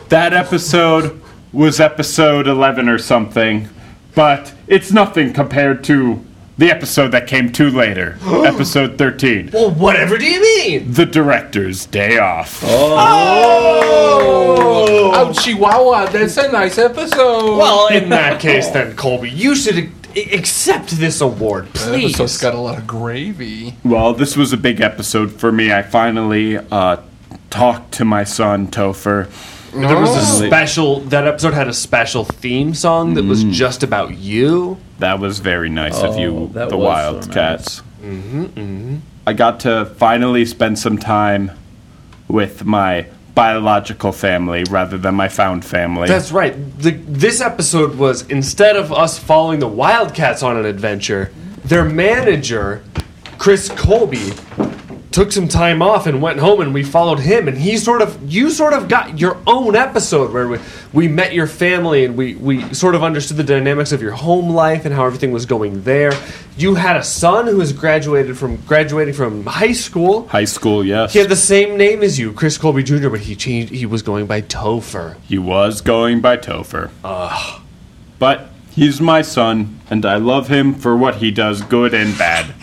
Speaker 2: that episode was episode 11 or something, but it's nothing compared to the episode that came
Speaker 1: <gasps>
Speaker 2: two later, episode 13,
Speaker 1: Well, whatever do you mean?
Speaker 2: The Director's Day Off.
Speaker 4: Oh, Chihuahua, that's a nice episode.
Speaker 10: Well, in that case, then Colby, you should ac- accept this award,
Speaker 4: that
Speaker 10: please.
Speaker 4: episode's got a lot of gravy.
Speaker 2: Well, this was a big episode for me. I finally uh, talked to my son, Topher.
Speaker 10: There was a
Speaker 2: Oh.
Speaker 10: special. That episode had a special theme song that was just about you.
Speaker 2: That was very nice of you,
Speaker 5: Oh, that
Speaker 2: the
Speaker 5: was so
Speaker 2: Wildcats. Mm-hmm, I got to finally spend some time with my biological family rather than my found family.
Speaker 10: That's right. The, this episode was instead of us following the Wildcats on an adventure, their manager, Chris Colby, took some time off and went home, and we followed him. And he sort of, you sort of got your own episode where we, we met your family and we, we sort of understood the dynamics of your home life and how everything was going there. You had a son who was graduated from graduating from high school.
Speaker 2: High school, yes.
Speaker 10: He had the same name as you, Chris Colby Jr., but he changed. He was going by Topher.
Speaker 2: he was going by Topher. But he's my son, and I love him for what he does, good and bad.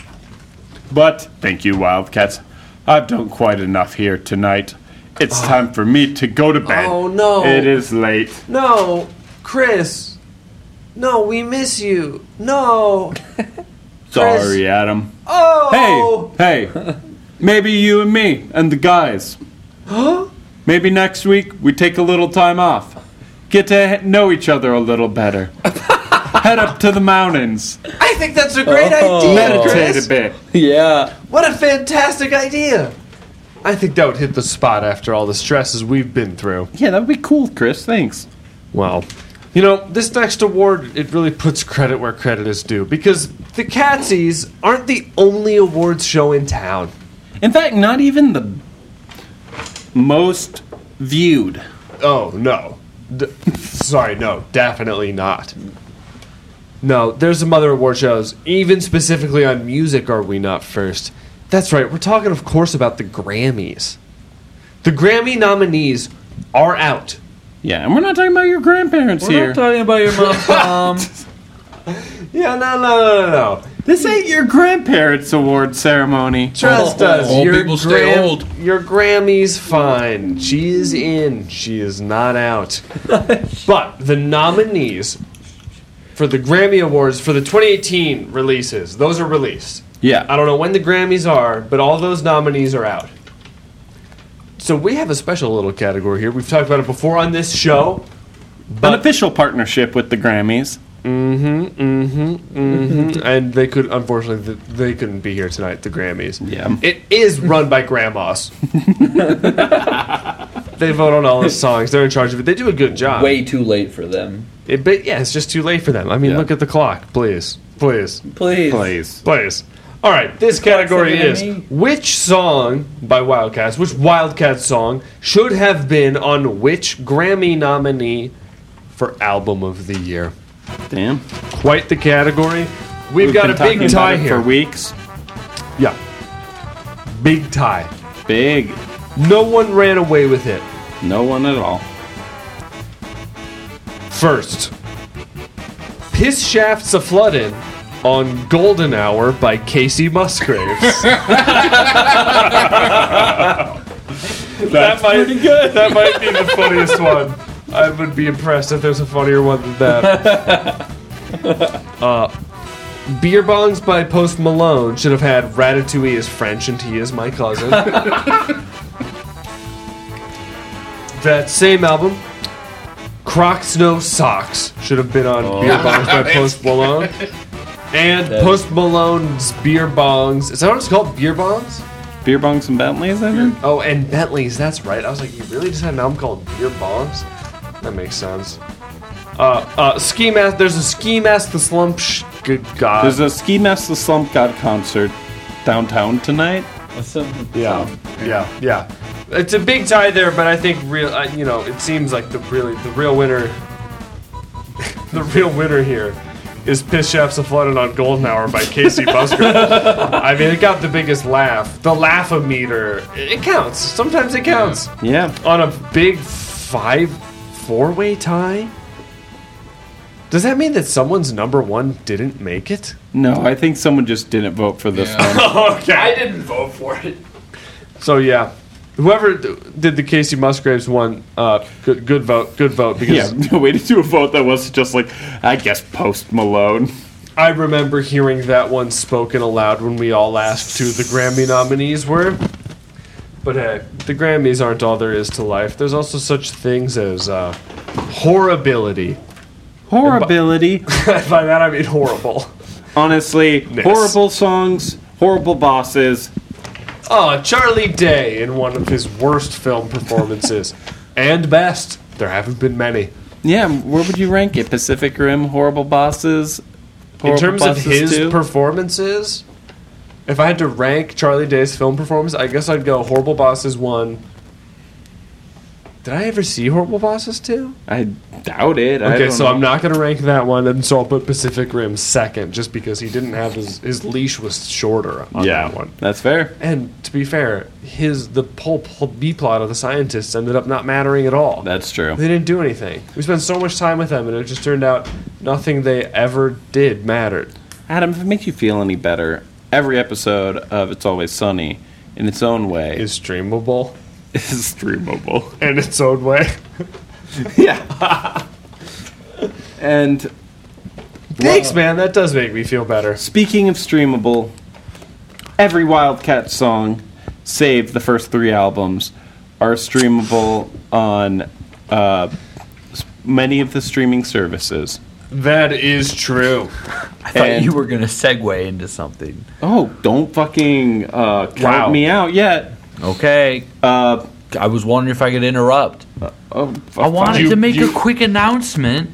Speaker 2: But thank you, Wildcats. I've done quite enough here tonight. It's time for me to go to bed.
Speaker 1: Oh, no.
Speaker 2: It is late.
Speaker 1: No, Chris. No, we miss you. No.
Speaker 2: <laughs> Sorry, Adam.
Speaker 1: Oh.
Speaker 2: Hey,
Speaker 1: <laughs>
Speaker 2: hey. Maybe you and me and the guys. Maybe next week we take a little time off. Get to h- know each other a
Speaker 1: <laughs>
Speaker 2: little better. Head up to the mountains.
Speaker 1: I think that's a great idea,
Speaker 2: Meditate
Speaker 1: Chris.
Speaker 2: a bit.
Speaker 5: Yeah.
Speaker 1: What a fantastic idea.
Speaker 10: I think that would hit the spot after all the stresses we've been through.
Speaker 2: Yeah, that would be cool, Chris. Thanks.
Speaker 10: Well, you know, this next award, it really puts credit where credit is due because the Catsies aren't the only awards show in town.
Speaker 2: In fact, not even the most viewed.
Speaker 10: Oh, no. D- Sorry, no, definitely not. No, there's some other award shows, even specifically on music, are we not first? That's right, we're talking, of course, about the Grammys. The Grammy nominees are out.
Speaker 2: Yeah, and we're not talking about your grandparents
Speaker 11: We're
Speaker 2: here.
Speaker 11: not talking about your mom, Tom.
Speaker 10: Yeah, no, no, no, no.
Speaker 2: this ain't your grandparents' award ceremony.
Speaker 10: Trust us.
Speaker 12: Old
Speaker 10: your
Speaker 12: people stay
Speaker 10: Gram-
Speaker 12: old.
Speaker 10: Your Grammy's fine. She is in. She is not out. but the nominees for the Grammy Awards for the 2018 releases, those are released.
Speaker 2: Yeah.
Speaker 10: I don't know when the Grammys are, but all those nominees are out. So we have a special little category here. We've talked about it before on this show.
Speaker 2: An official partnership with the Grammys.
Speaker 10: and they could unfortunately th- they couldn't be here tonight the grammys
Speaker 2: Yeah.
Speaker 10: it is run
Speaker 2: <laughs>
Speaker 10: by grandmas they vote on all the songs they're in charge of it they do a good job
Speaker 5: Way too late for them.
Speaker 10: It- but yeah it's just too late for them i mean
Speaker 2: Yeah.
Speaker 10: look at the clock please please
Speaker 5: Please.
Speaker 2: Please.
Speaker 10: please all right this category
Speaker 5: the
Speaker 10: is
Speaker 5: enemy.
Speaker 10: which song by wildcats which wildcats song should have been on which grammy nominee for album of the year
Speaker 2: Damn.
Speaker 10: quite the category We've, got a
Speaker 2: been talking about
Speaker 10: big tie
Speaker 2: it for
Speaker 10: here.
Speaker 2: weeks.
Speaker 10: Yeah. Big tie.
Speaker 2: Big.
Speaker 10: No one ran away with it.
Speaker 2: No one at all.
Speaker 10: First, Piss Shafts a Floodin' on Golden Hour by Casey <laughs> Musgraves. that might, pretty good. That might be the funniest one. I <laughs> would be impressed if there's a funnier one than that. Uh,
Speaker 1: Beer Bongs by Post Malone should have had Ratatouille is French and he is my
Speaker 10: <laughs>
Speaker 1: cousin. that same album, Crocs No Socks should have been on Beer Bongs by Post Malone. And Post Malone's Beer Bongs. Is that what it's called? Beer Bongs?
Speaker 2: Beer bongs and Bentleys, I think.
Speaker 1: Oh, and Bentley's. That's right. I was like, you really just had an album called Beer Bongs? That makes sense. Uh, uh, ski mask. There's a ski mask. The slump. Sh- good God.
Speaker 2: There's a Ski Mask the Slump God concert downtown tonight.
Speaker 1: Yeah, yeah, yeah. It's a big tie there, but I think real. Uh, you know, it seems like the really the real winner. <laughs> the real winner here is Piss Chefs of Flooded on Golden Hour by Casey Busker. I mean, it got the biggest laugh. The laugh a meter. It counts. Sometimes it counts.
Speaker 2: Yeah.
Speaker 1: On a big five, four way tie? Does that mean that someone's number one didn't make it?
Speaker 2: No, I think someone just didn't vote for this one.
Speaker 1: Okay.
Speaker 5: I didn't vote for it.
Speaker 1: So yeah, whoever d- did the Casey Musgraves one, uh, good good vote, good vote
Speaker 2: Yeah, <laughs>
Speaker 1: because
Speaker 2: way to do a vote that was just like, I guess Post Malone.
Speaker 1: I remember hearing that one spoken aloud when we all asked who the Grammy nominees were. But hey, the Grammys aren't all there is to life. There's also such things as uh, horribility.
Speaker 2: Horribility.
Speaker 1: By <laughs> that I mean horrible.
Speaker 2: Honestly,
Speaker 1: Yes.
Speaker 2: horrible songs, horrible bosses.
Speaker 1: Oh, Charlie Day in one of his worst film performances,
Speaker 2: <laughs>
Speaker 1: and best. There haven't been many.
Speaker 2: Yeah, where would you rank it? Pacific Rim, horrible bosses.
Speaker 1: in
Speaker 2: Horrible
Speaker 1: terms of
Speaker 2: Bosses
Speaker 1: his
Speaker 2: 2?
Speaker 1: performances, if I had to rank Charlie Day's film performance, I guess I'd go Horrible Bosses one. Did I ever see Horrible Bosses two?
Speaker 2: I doubt it. I
Speaker 1: Okay,
Speaker 2: don't
Speaker 1: so
Speaker 2: know.
Speaker 1: I'm not gonna rank that one, and so I'll put Pacific Rim second, just because he didn't have his his leash was shorter on
Speaker 2: Yeah,
Speaker 1: that one.
Speaker 2: that's fair.
Speaker 1: And to be fair, his the whole pl- B plot of the scientists ended up not mattering at all.
Speaker 2: That's true.
Speaker 1: They didn't do anything. We spent so much time with them, and it just turned out nothing they ever did mattered.
Speaker 2: Adam, if it makes you feel any better, every episode of It's Always Sunny, in its own way, <laughs> is,
Speaker 1: Is streamable.
Speaker 2: streamable.
Speaker 1: in its own way.
Speaker 2: yeah. and
Speaker 1: Thanks, man. That does make me feel better.
Speaker 2: speaking of streamable, every Wildcat song, save the first three albums, are streamable on uh, s- many of the streaming services.
Speaker 1: That is true.
Speaker 5: I thought
Speaker 2: And-
Speaker 5: you were gonna segue into something.
Speaker 2: Oh, don't fucking uh, count
Speaker 1: Wow.
Speaker 2: me out yet.
Speaker 5: Okay.
Speaker 2: Uh,
Speaker 5: I was wondering if I could interrupt.
Speaker 1: uh,
Speaker 2: oh,
Speaker 5: I wanted
Speaker 1: You-
Speaker 5: to make
Speaker 1: you-
Speaker 5: a quick announcement.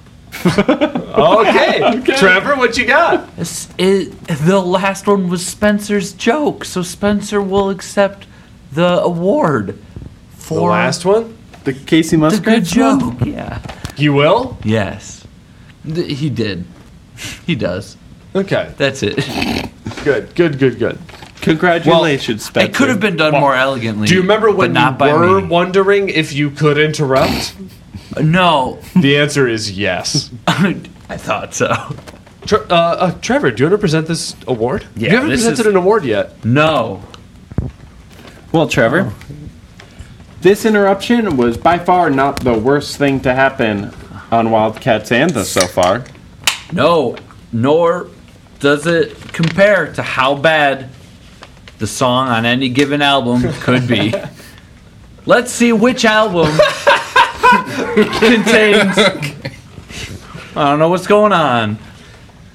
Speaker 1: <laughs> Okay. Trevor, what you got?
Speaker 5: This is- the last one was Spencer's joke, so Spencer will accept the award for
Speaker 1: The last one?
Speaker 2: the Casey
Speaker 5: the good
Speaker 2: Musgraves one?
Speaker 5: joke. Yeah.
Speaker 1: You will?
Speaker 5: Yes. Th- he did. He does.
Speaker 1: Okay.
Speaker 5: That's it.
Speaker 1: Good. Good, good, good.
Speaker 2: Congratulations, Spencer.
Speaker 5: It could have been done more elegantly.
Speaker 1: Do you remember when
Speaker 5: but not
Speaker 1: you
Speaker 5: by
Speaker 1: were
Speaker 5: me.
Speaker 1: wondering if you could interrupt?
Speaker 5: No, <laughs>
Speaker 1: the answer is yes.
Speaker 5: I thought so.
Speaker 1: Tre- uh, uh, Trevor, do you want to present this award?
Speaker 5: Yeah,
Speaker 1: you haven't
Speaker 5: this
Speaker 1: presented
Speaker 5: is-
Speaker 1: an award yet.
Speaker 5: No.
Speaker 2: Well, Trevor, this interruption was by far not the worst thing to happen on Wildcats Anthem so far.
Speaker 5: No, nor does it compare to how bad the song on any given album could be.
Speaker 1: <laughs>
Speaker 5: Let's see which album contains. I don't know what's going on.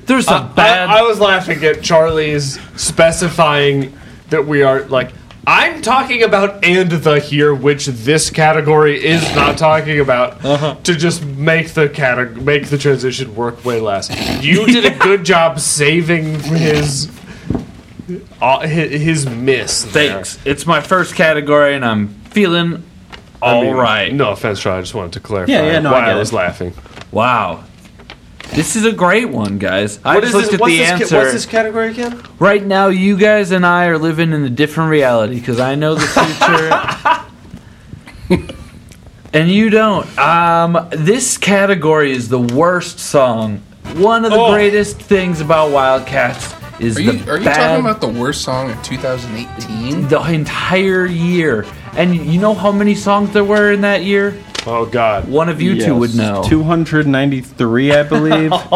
Speaker 5: There's a bad.
Speaker 1: I, I was laughing at Charlie's specifying that we are like I'm talking about and the here, which this category is not talking about,
Speaker 5: Uh-huh.
Speaker 1: to just make the categ- make the transition work way less. You did
Speaker 5: <laughs>
Speaker 1: a good job saving his uh, hi- his miss. there.
Speaker 5: Thanks. It's my first category, and I'm feeling
Speaker 1: I
Speaker 5: all right.
Speaker 1: mean, No offense, Charlie. I just wanted to clarify
Speaker 2: Yeah, yeah, no, I
Speaker 1: why I,
Speaker 2: get
Speaker 1: was
Speaker 2: it.
Speaker 1: laughing.
Speaker 5: Wow. This is a great one, guys. I
Speaker 1: What
Speaker 5: just
Speaker 1: is
Speaker 5: looked
Speaker 1: this-
Speaker 5: at
Speaker 1: what's
Speaker 5: the
Speaker 1: this ca-
Speaker 5: answer.
Speaker 1: what's this category again?
Speaker 5: Right now, you guys and I are living in a different reality because I know the future.
Speaker 1: <laughs>
Speaker 5: and you don't. Um, this category is the worst song. One of the
Speaker 1: Oh.
Speaker 5: greatest things about Wildcats is
Speaker 4: Are
Speaker 5: the
Speaker 4: you, are you
Speaker 5: bad
Speaker 4: talking about the worst song of 2018?
Speaker 5: the entire year. And you know how many songs there were in that year?
Speaker 1: Oh God.
Speaker 5: One of you two would
Speaker 2: Oh.
Speaker 5: know.
Speaker 2: 293, I <laughs> believe.
Speaker 5: That's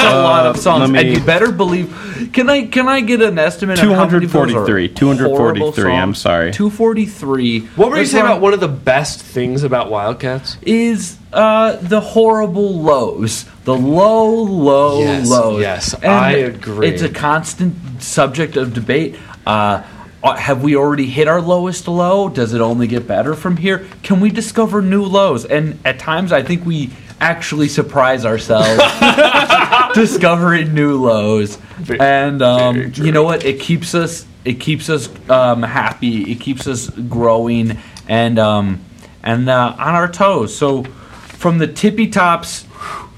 Speaker 5: a lot of songs,
Speaker 2: Uh, let me-
Speaker 5: and you better believe. Can I can I get an estimate? on how many of those are
Speaker 2: 243, 243,
Speaker 5: horrible songs?
Speaker 2: I'm sorry.
Speaker 5: 243.
Speaker 1: What were you
Speaker 5: This
Speaker 1: saying
Speaker 5: one
Speaker 1: about one of the best things about Wildcats?
Speaker 5: Is uh, the horrible lows, the low, low,
Speaker 1: Yes,
Speaker 5: lows.
Speaker 1: yes, I agree.
Speaker 5: It's a constant subject of debate. Uh, uh, have we already hit our lowest low? Does it only get better from here? Can we discover new lows? And at times, I think we actually surprise ourselves
Speaker 1: <laughs>
Speaker 5: discovering new lows. And um, you know what? It keeps us. It keeps us um, happy. It keeps us growing and um, and uh, on our toes. So from the tippy tops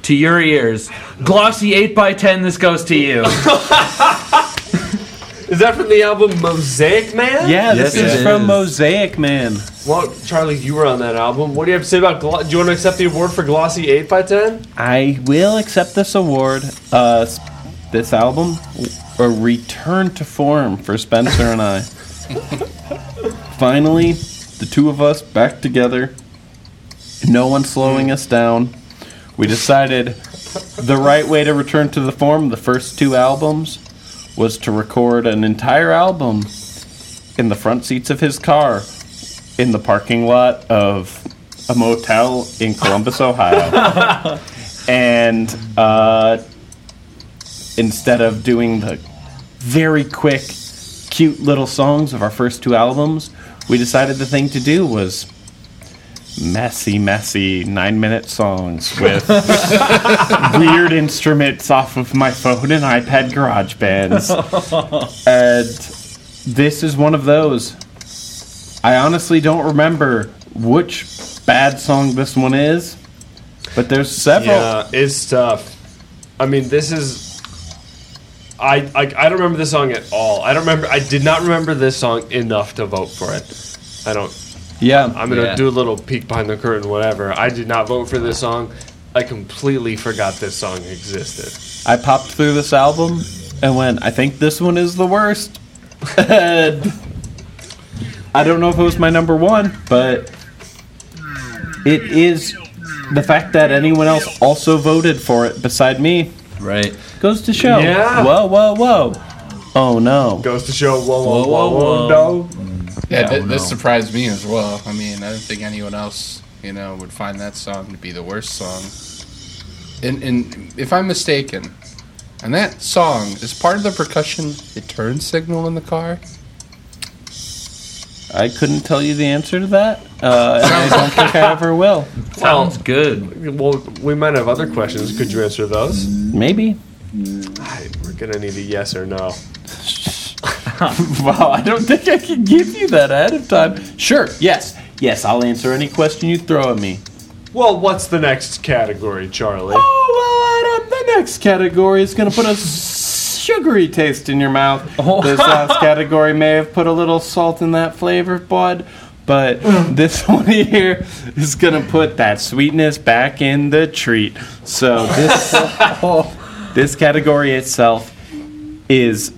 Speaker 5: to your ears, glossy eight x ten. This goes
Speaker 6: <laughs>
Speaker 5: to you.
Speaker 1: Is that from the album Mosaic Man?
Speaker 2: Yeah,
Speaker 5: Yes,
Speaker 2: this
Speaker 5: it
Speaker 2: is,
Speaker 5: is.
Speaker 2: from Mosaic Man.
Speaker 1: Well, Charlie, you were on that album. What do you have to say about? Glo- do you want to accept the award for Glossy Eight x Ten?
Speaker 2: I will accept this award. Uh, s- this album, a return to form for Spencer and I. Finally, the two of us back together. No one slowing us down. We decided the right way to return to the form, the first two albums, was to record an entire album in the front seats of his car in the parking lot of a motel in Columbus, Ohio and uh, instead of doing the very quick, cute little songs of our first two albums, we decided the thing to do was messy, messy nine-minute songs with weird instruments off of my phone and iPad garage bands, and this is one of those. I honestly don't remember which bad song this one is, but there's several.
Speaker 1: Yeah, Uh, it's tough. I mean, this is. I, I I don't remember this song at all. I don't remember. I did not remember this song enough to vote for it. I don't.
Speaker 2: Yeah.
Speaker 1: I'm gonna
Speaker 5: Yeah.
Speaker 1: do a little peek behind the curtain, whatever. I did not vote for this song. I completely forgot this song existed.
Speaker 2: I popped through this album and went, I think this one is the worst. <laughs> and I don't know if it was my number one, but it is the fact that anyone else also voted for it beside me
Speaker 5: Right.
Speaker 2: goes to show.
Speaker 1: Yeah.
Speaker 2: Whoa, whoa, whoa. Oh no.
Speaker 1: Goes to show, whoa, whoa,
Speaker 5: Whoa,
Speaker 1: whoa,
Speaker 5: whoa,
Speaker 1: whoa,
Speaker 5: whoa.
Speaker 1: no.
Speaker 4: Yeah, thi-
Speaker 5: oh,
Speaker 4: this
Speaker 5: no.
Speaker 4: surprised me as well. I mean, I didn't think anyone else, you know, would find that song to be the worst song. And, and if I'm mistaken, and that song is part of the percussion return signal in the car.
Speaker 2: I couldn't tell you the answer to that. Uh, and I don't think I ever will.
Speaker 5: Sounds good.
Speaker 1: Well, we might have other questions. Could you answer those?
Speaker 2: Maybe.
Speaker 1: I- We're gonna need a yes or no.
Speaker 2: Wow, I don't think I can give you that ahead of time. Sure, yes. Yes, I'll answer any question you throw at me.
Speaker 1: Well, what's the next category, Charlie?
Speaker 2: Oh, well, Adam, the next category is going to put a sugary taste in
Speaker 1: <laughs>
Speaker 2: your mouth.
Speaker 1: Oh.
Speaker 2: This last category may have put a little salt in that flavor, bud, but
Speaker 1: Mm.
Speaker 2: this <laughs> one here is going to put that sweetness back in the treat.
Speaker 1: <laughs>
Speaker 2: So this, this category itself is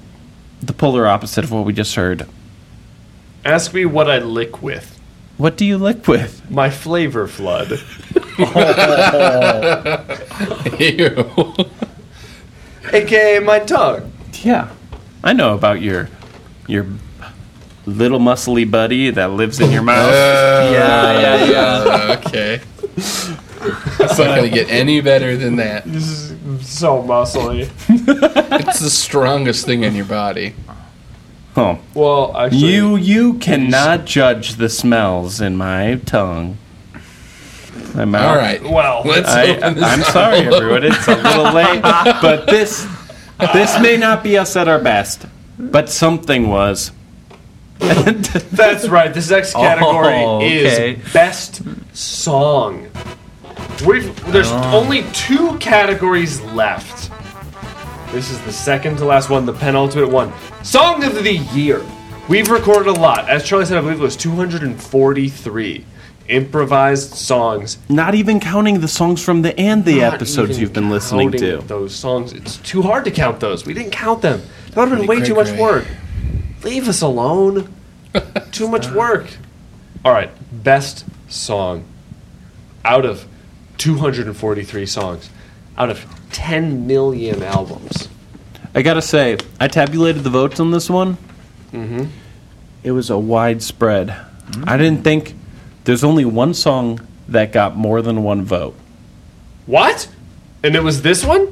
Speaker 2: the polar opposite of what we just heard.
Speaker 1: Ask me what I lick with.
Speaker 2: What do you lick with?
Speaker 1: My flavor flood.
Speaker 4: Ew.
Speaker 2: <laughs>
Speaker 1: AKA my tongue.
Speaker 2: Yeah, I know about your your little muscly buddy that lives in your mouth.
Speaker 1: Uh,
Speaker 5: Yeah, yeah, yeah.
Speaker 4: Uh, <laughs> okay. It's not going to get any better
Speaker 1: <laughs>
Speaker 4: than that.
Speaker 1: This is so muscly.
Speaker 4: It's the strongest thing in your body.
Speaker 2: Oh.
Speaker 1: Well, actually,
Speaker 2: You you cannot judge the smells in my tongue. My mouth.
Speaker 4: All right.
Speaker 1: Well,
Speaker 4: Let's
Speaker 2: I,
Speaker 4: open this
Speaker 2: I'm
Speaker 4: up.
Speaker 2: sorry, everyone. It's a little late, but this this may not be us at our best, but something was. <laughs>
Speaker 1: that's right. This next category
Speaker 5: Oh, okay.
Speaker 1: is best song. We've there's only two categories left. This is the second to last one, the penultimate one. Song of the year. We've recorded a lot. As Charlie said, I believe it was 243 improvised songs
Speaker 2: Not even counting the songs from the and the
Speaker 1: not
Speaker 2: episodes
Speaker 1: even
Speaker 2: you've been listening
Speaker 1: counting
Speaker 2: to.
Speaker 1: Those songs. It's too hard to count those. We didn't count them. That would have been way
Speaker 4: cray
Speaker 1: too much
Speaker 4: cray.
Speaker 1: work. Leave us
Speaker 2: <laughs>
Speaker 1: alone. too much work. All right. Best song. out of 243 songs, out of 10 million albums.
Speaker 7: I gotta say, I tabulated the votes on this one.
Speaker 1: Mm-hmm.
Speaker 7: It was a wide spread. I didn't think there's only one song that got more than one vote.
Speaker 1: What? And it was this one?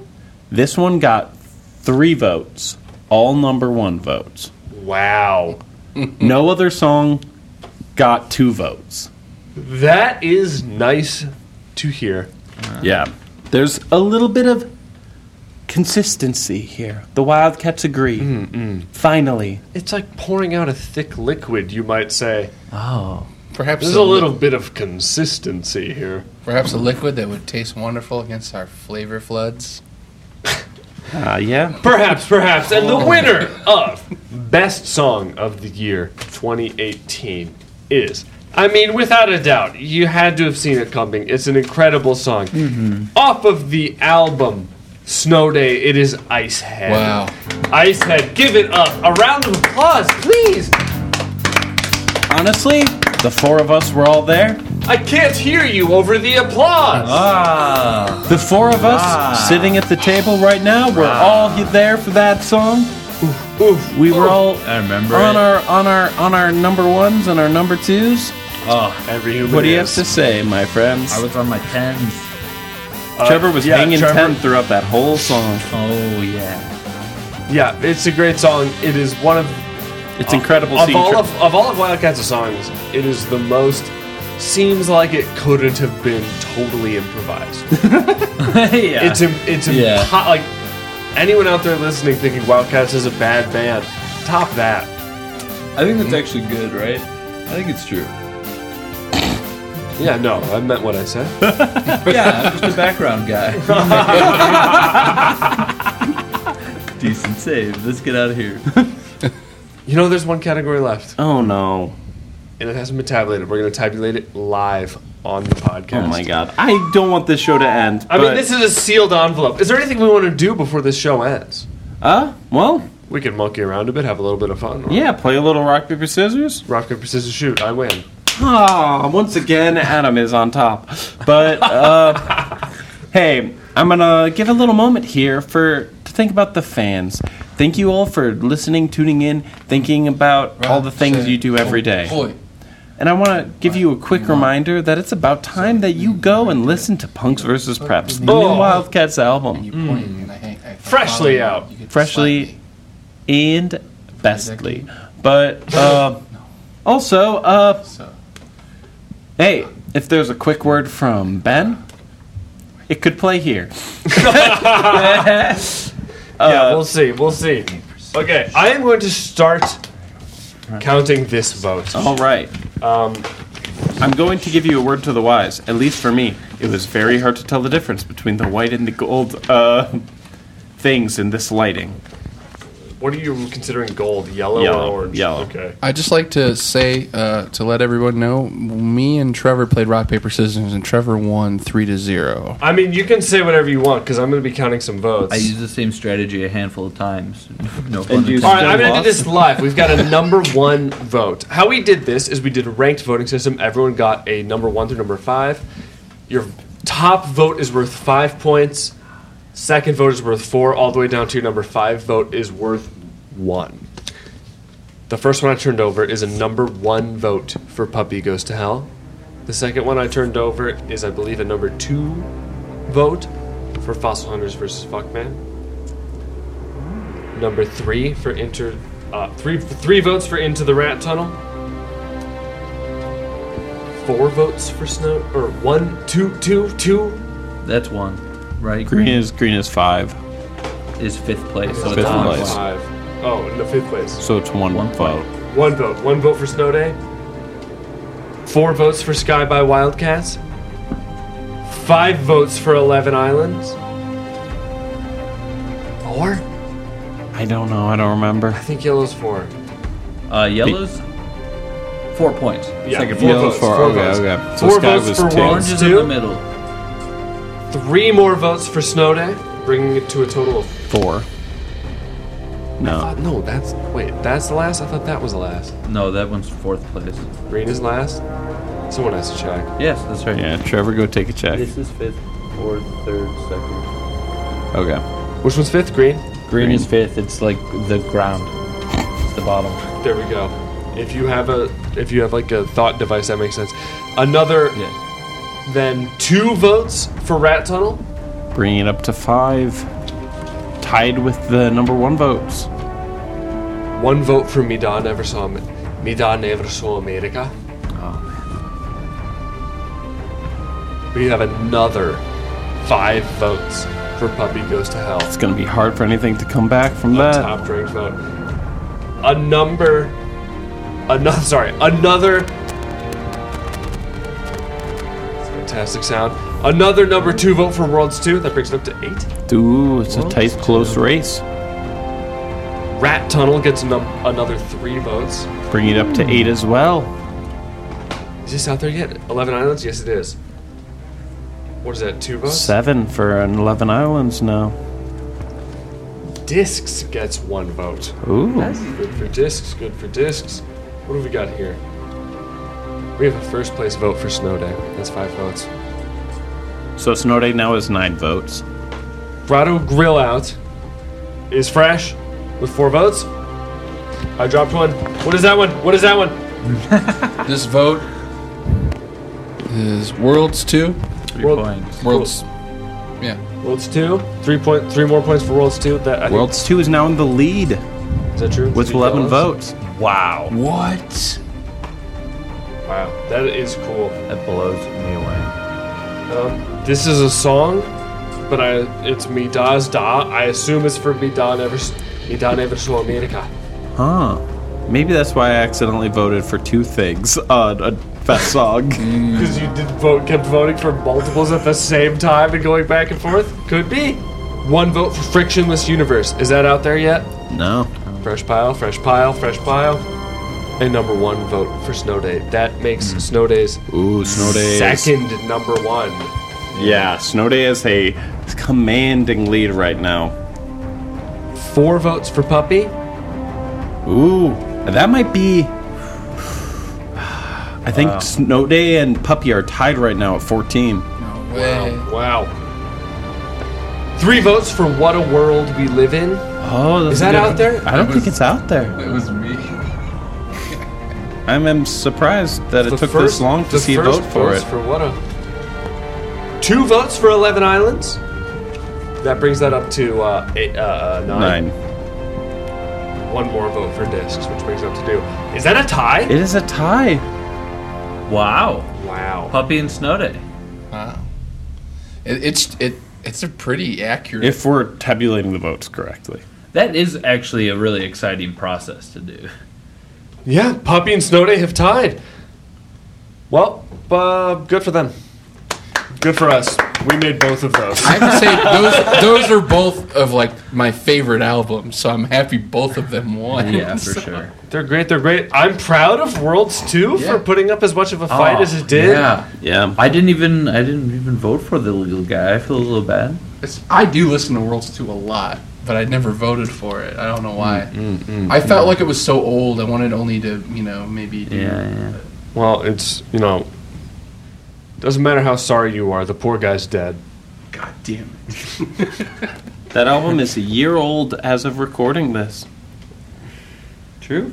Speaker 7: This one got three votes, all number one votes.
Speaker 1: Wow.
Speaker 7: no other song got two votes.
Speaker 1: That is nice to hear.
Speaker 7: Yeah. There's a little bit of consistency here. The Wildcats agree. Finally.
Speaker 1: It's like pouring out a thick liquid, you might say.
Speaker 7: Oh.
Speaker 4: Perhaps
Speaker 1: There's
Speaker 4: a
Speaker 1: a little bit of consistency here.
Speaker 4: Perhaps a liquid that would taste wonderful against our flavor floods.
Speaker 7: Uh, yeah.
Speaker 1: Perhaps, perhaps. And the winner of Best Song of the Year 2018 is, I mean, without a doubt, you had to have seen it coming. It's an incredible song. Off of the album Snow Day, it is Icehead.
Speaker 4: Wow.
Speaker 1: Icehead, give it up. A round of applause, please.
Speaker 7: Honestly, the four of us were all there.
Speaker 1: I can't hear you over the applause.
Speaker 5: Ah.
Speaker 7: The four of us sitting at the table right now, we're all he- there for that song. we were all
Speaker 5: I remember.
Speaker 7: on
Speaker 5: it.
Speaker 7: our on our on our number ones and our number twos.
Speaker 5: Oh,
Speaker 1: Every human
Speaker 7: What do you have
Speaker 1: is.
Speaker 7: to say, my friends?
Speaker 5: I was on my tens.
Speaker 7: Trevor was
Speaker 1: Uh, yeah,
Speaker 7: hanging
Speaker 1: Trevor-
Speaker 7: ten throughout that whole song.
Speaker 5: Oh yeah.
Speaker 1: Yeah, it's a great song. It is one of
Speaker 7: It's incredible.
Speaker 1: Uh, of
Speaker 7: seeing
Speaker 1: all
Speaker 7: Tre-
Speaker 1: of, of all of Wildcats' songs, it is the most seems like it couldn't have been totally improvised.
Speaker 5: <laughs>
Speaker 7: <laughs>
Speaker 5: yeah.
Speaker 1: It's im- it's
Speaker 5: Yeah.
Speaker 1: impo- like anyone out there listening thinking Wildcats is a bad band. Top that.
Speaker 6: I think that's actually good, right? I think it's true.
Speaker 1: Yeah, no, I meant what I said.
Speaker 5: yeah. I'm just a background <laughs> guy.
Speaker 6: Decent save. Let's get out of here.
Speaker 1: You know, there's one category left,
Speaker 7: oh no!
Speaker 1: and it hasn't been tabulated. We're gonna tabulate it live on the podcast.
Speaker 7: Oh my god! I don't want this show to end.
Speaker 1: I mean,
Speaker 7: but-
Speaker 1: this is a sealed envelope. Is there anything we want to do before this show ends?
Speaker 7: Uh, well,
Speaker 1: We can monkey around a bit, have a little bit of fun.
Speaker 7: yeah. Play a little rock paper scissors.
Speaker 1: Rock, paper, scissors, shoot. I win.
Speaker 7: Ah, once again, Adam is on top.
Speaker 1: <laughs>
Speaker 7: But uh, hey, I'm gonna give a little moment here for to think about the fans. Thank you all for listening, tuning in, thinking about all the things you do every day.
Speaker 4: Boy,
Speaker 7: And I want to give you a quick reminder that it's about time that you go and listen to Punks vs. Preps, the new
Speaker 1: Oh.
Speaker 7: Wildcats album,
Speaker 4: you point and I hang. I- I
Speaker 1: Freshly
Speaker 4: follow you,
Speaker 1: out.
Speaker 4: you get to slap
Speaker 7: freshly
Speaker 4: me.
Speaker 7: and bestly. But uh, also, uh,
Speaker 4: So
Speaker 7: Hey, if there's a quick word from Ben, it could play here. <laughs> Uh,
Speaker 1: yeah, we'll see. We'll see. Okay, I am going to start counting this vote.
Speaker 7: All right.
Speaker 1: Um,
Speaker 7: I'm going to give you a word to the wise. At least for me, it was very hard to tell the difference between the white and the gold uh, things in this lighting.
Speaker 1: what are you considering gold? Yellow,
Speaker 7: Yellow,
Speaker 1: or orange?
Speaker 7: yellow.
Speaker 1: Okay.
Speaker 4: I just like to say uh, to let everyone know, me and Trevor played rock paper scissors, and Trevor won three to zero.
Speaker 1: I mean, you can say whatever you want because I'm going to be counting some votes.
Speaker 5: I used the same strategy a handful of times. <laughs> No
Speaker 6: And
Speaker 5: pun
Speaker 6: you-
Speaker 5: intended.
Speaker 1: All right, I'm
Speaker 6: Still
Speaker 1: going to do
Speaker 6: lost.
Speaker 1: this live. We've got a number one vote. How we did this is we did a ranked voting system. Everyone got a number one through number five. Your top vote is worth five points. Second vote is worth four, all the way down to your number five vote is worth one. The first one I turned over is a number one vote for Puppy Goes to Hell. The second one I turned over is, I believe, a number two vote for Fossil Hunters versus Fuckman. Number three for Inter, uh, three three votes for Into the Rat Tunnel. Four votes for Snow, or one, two, two, two.
Speaker 5: That's one, right?
Speaker 7: Green is green is five,
Speaker 5: is fifth place. So
Speaker 7: Fifth
Speaker 5: it's one
Speaker 7: place.
Speaker 5: point.
Speaker 1: Five. Oh, in the fifth place.
Speaker 7: so it's one,
Speaker 5: One
Speaker 7: vote.
Speaker 1: One vote. One vote for Snow Day. Four votes for Sky by Wildcats. Five votes for Eleven Islands. Four?
Speaker 7: I don't know. I don't remember.
Speaker 1: I think yellow's four.
Speaker 5: Uh, yellows, four points.
Speaker 1: Yeah, four
Speaker 5: Second place.
Speaker 7: Yellow's
Speaker 1: votes.
Speaker 7: four,
Speaker 1: Four, votes.
Speaker 7: okay, okay. So
Speaker 1: four
Speaker 7: Sky
Speaker 1: votes
Speaker 7: was
Speaker 1: for
Speaker 7: two.
Speaker 5: Orange
Speaker 1: Worlds
Speaker 5: is in the
Speaker 1: two.
Speaker 5: middle.
Speaker 1: Three more votes for Snow Day, bringing it to a total of.
Speaker 7: Four.
Speaker 1: Uh,
Speaker 7: No.
Speaker 1: no, that's wait. That's the last. I thought that was the last.
Speaker 5: No, that one's fourth place.
Speaker 1: Green is last. Someone has to check.
Speaker 3: Yes, that's right.
Speaker 2: Yeah, Trevor, go take a check.
Speaker 3: This is fifth, fourth, third, second.
Speaker 2: Okay.
Speaker 1: Which one's fifth? Green?
Speaker 3: Green, is fifth. It's like the ground. It's the bottom.
Speaker 1: There we go. If you have a if you have like a thought device that makes sense. Another then two votes for Rat Tunnel.
Speaker 2: Bringing it up to five. Tied with the number one votes.
Speaker 1: One vote for Midan never saw me. Midan never saw America. We have another five votes for Puppy Goes to Hell.
Speaker 2: It's going to be hard for anything to come back from
Speaker 1: a
Speaker 2: that.
Speaker 1: top drink vote. A number, another. <laughs> Sorry, another. Fantastic sound. Another number two vote for Worlds Two. That brings it up to eight.
Speaker 2: Ooh, it's a tight, close race.
Speaker 1: Rat Tunnel gets num- another three votes.
Speaker 2: Bringing it up to eight as well.
Speaker 1: Is this out there yet? Eleven Islands. Yes, it is. What is that? Two votes.
Speaker 2: Seven for an 11 Islands now.
Speaker 1: Discs gets one vote.
Speaker 2: Ooh.
Speaker 1: Good for discs, good for discs. What have we got here? We have a first place vote for Snow Day. That's five votes.
Speaker 2: So Snow Day now has nine votes.
Speaker 1: Grotto Grill Out is fresh with four votes. I dropped one. What is that one? What is that one?
Speaker 4: This vote is Worlds 2.
Speaker 3: Three
Speaker 1: World-
Speaker 3: points.
Speaker 4: Worlds. Yeah.
Speaker 1: Worlds two. Three point three more points for Worlds two. That I
Speaker 2: Worlds 2 is now in the lead
Speaker 1: think, is that true?
Speaker 2: with
Speaker 1: Three
Speaker 2: 11
Speaker 1: dollars?
Speaker 2: votes. Wow.
Speaker 4: What?
Speaker 1: Wow, that is cool.
Speaker 3: That blows me away.
Speaker 1: Um, this is a song, but I it's Mida's Da. I assume it's for Mida Never S- Mida Never Saw America.
Speaker 2: Huh. Maybe that's why I accidentally voted for two things on a fest song.
Speaker 1: Because you did vote, kept voting for multiples at the same time and going back and forth? Could be. One vote for Frictionless Universe. Is that out there yet?
Speaker 2: <laughs> no.
Speaker 1: Fresh pile, fresh pile, fresh pile. And number one vote for Snow Day. That makes Snow Day's
Speaker 2: Ooh, Snow Day. is-
Speaker 1: second number one.
Speaker 2: Yeah, Snow Day is a commanding lead right now.
Speaker 1: Four votes for Puppy.
Speaker 2: Ooh, that might be. I think Snow Day and Puppy are tied right now at 14.
Speaker 4: Way.
Speaker 1: Wow. Three votes for What a World We Live In.
Speaker 2: Oh, that's
Speaker 1: Is
Speaker 2: a
Speaker 1: that
Speaker 2: good-
Speaker 1: out there?
Speaker 2: I don't think it's out there.
Speaker 4: It was me.
Speaker 2: I'm, I'm surprised that it
Speaker 1: The
Speaker 2: took
Speaker 1: first-
Speaker 2: this long to
Speaker 1: the
Speaker 2: see a
Speaker 1: first
Speaker 2: vote for
Speaker 1: votes
Speaker 2: it.
Speaker 1: For what a two votes for Eleven Islands. That brings that up to uh, eight, uh, uh, nine.
Speaker 2: Nine.
Speaker 1: One more vote for discs, which brings it up to two. Is that a tie?
Speaker 2: It is a tie.
Speaker 5: Wow.
Speaker 1: wow.
Speaker 5: Puppy and Snow Day.
Speaker 4: Wow. It, it's it it's a pretty accurate.
Speaker 2: If we're tabulating the votes correctly.
Speaker 5: That is actually a really exciting process
Speaker 1: <laughs>
Speaker 5: to do.
Speaker 1: Yeah, Puppy and Snow Day have tied. Well, uh, good for them. Good for us. We made both of those.
Speaker 4: I have to say those those are both of like my favorite albums, so I'm happy both of them won.
Speaker 5: Yeah, for sure.
Speaker 1: They're great. They're great. I'm proud of Worlds 2
Speaker 4: Yeah.
Speaker 1: for putting up as much of a fight
Speaker 5: Oh,
Speaker 1: as it did.
Speaker 5: Yeah.
Speaker 2: Yeah.
Speaker 5: I didn't even I didn't even vote for the legal guy. I feel a little bad.
Speaker 4: It's, I do listen to Worlds 2 a lot, but I never voted for it. I don't know why.
Speaker 5: Mm,
Speaker 4: I felt like it was so old. I wanted only to, you know, maybe do
Speaker 5: Yeah, yeah.
Speaker 1: Well, it's you know, doesn't matter how sorry you are. The poor guy's dead.
Speaker 4: God damn it.
Speaker 2: That album is a year old as of recording this. True.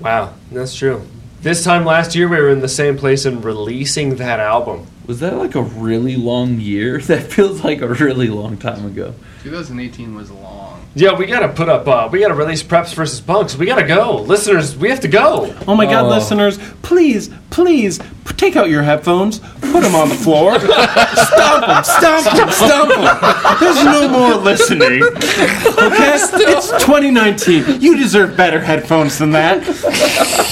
Speaker 1: Wow, that's true. This time last year, we were in the same place and releasing that album.
Speaker 5: Was that like a really long year? <laughs> That feels like a really long time ago.
Speaker 4: 2018 was long.
Speaker 1: Yeah, we gotta put up. Uh, we gotta release Preps versus Punks. We gotta go, listeners. We have to go.
Speaker 2: Oh my god, listeners, please, please p- take out your headphones, put them on the floor, stomp them, stomp them, stomp them. There's no more listening. Okay? It's 2019. You deserve better headphones than that.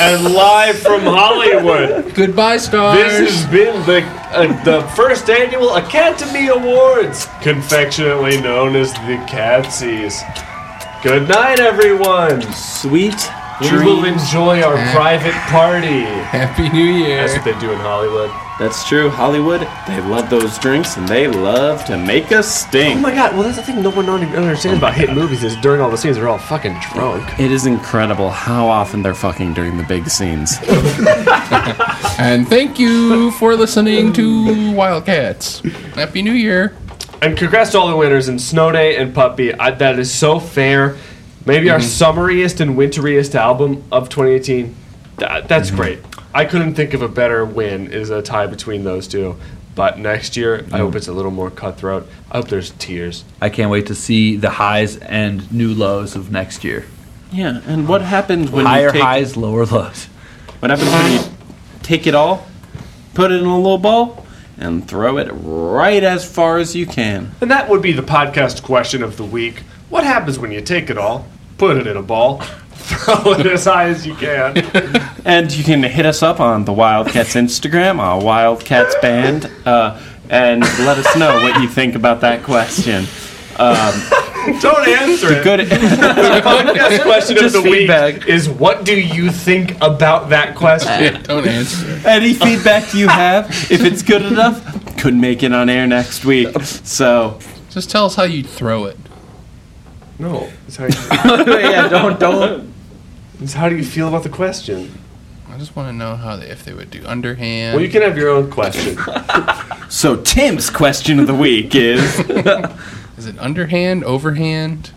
Speaker 1: And live from Hollywood,
Speaker 4: Goodbye, stars.
Speaker 1: this has been the uh, the first annual Academy Awards, confectionately known as the Catsies. Good night, everyone.
Speaker 2: Sweet
Speaker 1: We will enjoy our private party.
Speaker 4: Happy New Year.
Speaker 1: That's what they do in Hollywood.
Speaker 2: That's true. Hollywood, they love those drinks and they love to make us
Speaker 13: Oh
Speaker 2: stink.
Speaker 13: my god, well, that's the thing no one even understands about hit movies is during all the scenes, they're all fucking drunk.
Speaker 2: It is incredible how often they're fucking during the big scenes.
Speaker 4: And thank you for listening to Wildcats. Happy New Year.
Speaker 1: And congrats to all the winners in Snow Day and Puppy. I, that is so fair. Maybe our
Speaker 2: Mm-hmm.
Speaker 1: summeriest and winteriest album of 2018. That,
Speaker 2: Mm-hmm.
Speaker 1: that's great. I couldn't think of a better win. Is a tie between those two. But next year,
Speaker 2: Mm-hmm.
Speaker 1: I hope it's a little more cutthroat. I hope there's tears.
Speaker 5: I can't wait to see the highs and new lows of next year.
Speaker 2: Yeah, and what happens when
Speaker 5: Higher
Speaker 2: you take,
Speaker 5: highs, lower lows.
Speaker 2: What happens when you take it all, put it in a little ball, and throw it right as far as you can?
Speaker 1: And that would be the podcast question of the week. What happens when you take it all, put it in a ball, <laughs> throw it as high as you can?
Speaker 2: And you can hit us up on the Wildcats Instagram, our Wildcats band, uh, and let us know what you think about that question.
Speaker 1: Don't answer it.
Speaker 2: <laughs> Good.
Speaker 1: The podcast question
Speaker 2: Just
Speaker 1: of the
Speaker 2: feedback.
Speaker 1: week is what do you think about that question?
Speaker 4: Don't answer.
Speaker 2: Any feedback you have, if it's good enough, could make it on air next week. So
Speaker 4: Just tell us how you throw it.
Speaker 1: No. It's
Speaker 5: <laughs>
Speaker 1: how, you,
Speaker 5: Oh, yeah, don't don't.
Speaker 1: it's how do you feel about the question?
Speaker 4: I just want to know how they, if they would do underhand.
Speaker 1: Well, you can have your own question.
Speaker 2: So Tim's question of the week is
Speaker 4: Is it
Speaker 2: <laughs>
Speaker 4: underhand, overhand,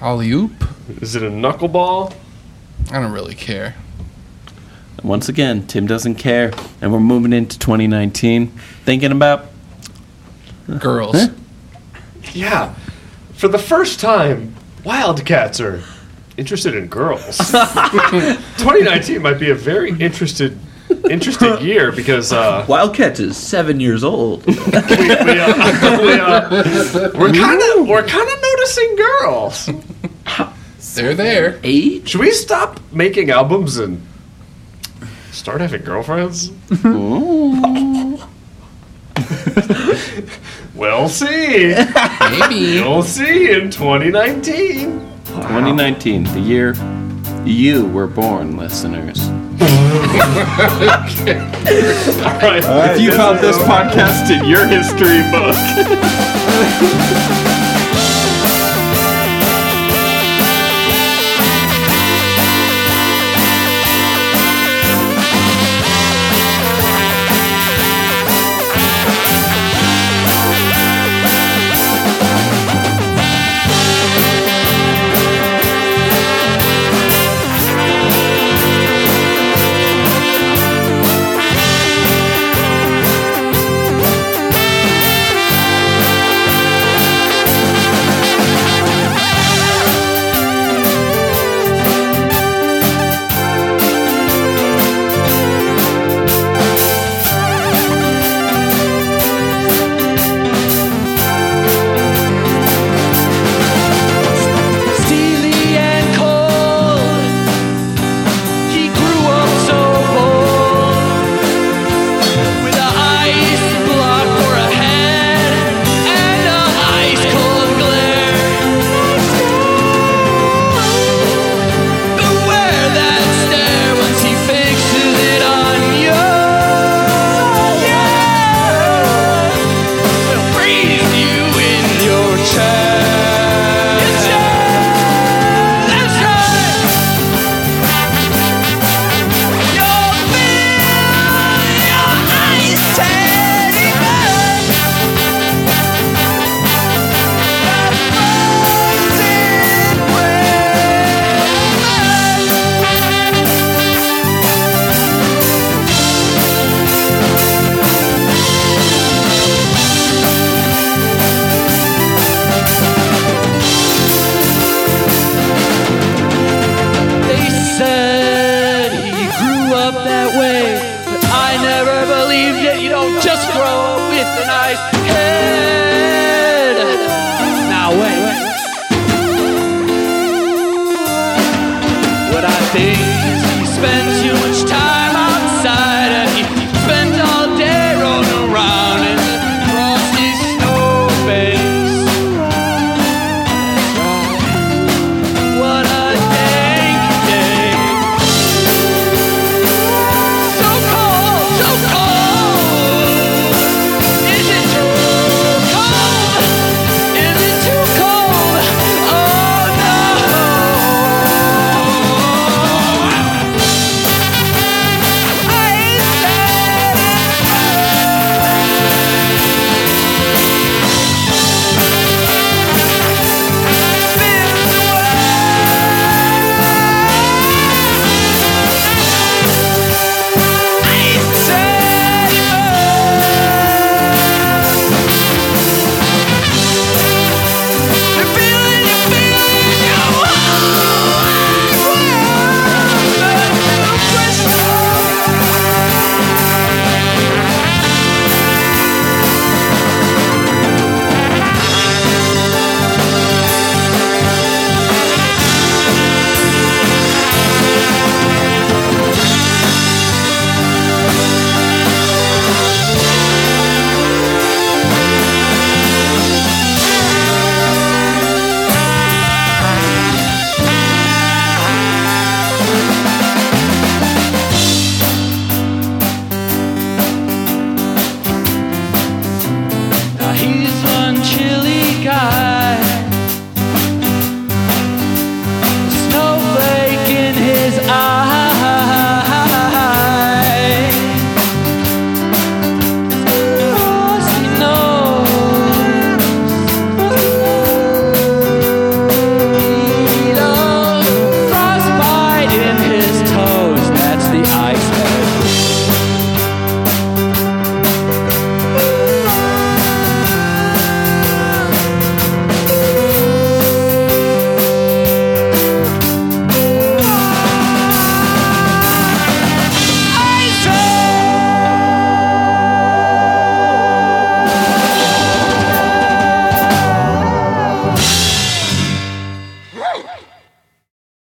Speaker 4: alley oop?
Speaker 1: Is it a knuckleball?
Speaker 4: I don't really care.
Speaker 2: once again Tim doesn't care, and we're moving into 2019, thinking about
Speaker 4: Girls.
Speaker 2: Huh?
Speaker 1: Yeah. For the first time, Wildcats are interested in
Speaker 5: <laughs>
Speaker 1: girls. 2019 might be a very interested, interesting year because uh,
Speaker 5: Wildcats is seven years
Speaker 2: <laughs>
Speaker 5: old.
Speaker 1: we, we, uh, we, uh, we're kind of we're kind of noticing girls.
Speaker 4: They're there.
Speaker 5: Eight.
Speaker 1: Should we stop making albums and start having girlfriends? <laughs> we'll see.
Speaker 4: Maybe.
Speaker 1: We'll see in 2019.
Speaker 2: 2019, the year you were
Speaker 1: <laughs>
Speaker 2: born, listeners.
Speaker 1: All right.
Speaker 2: If you found this podcast in your history book.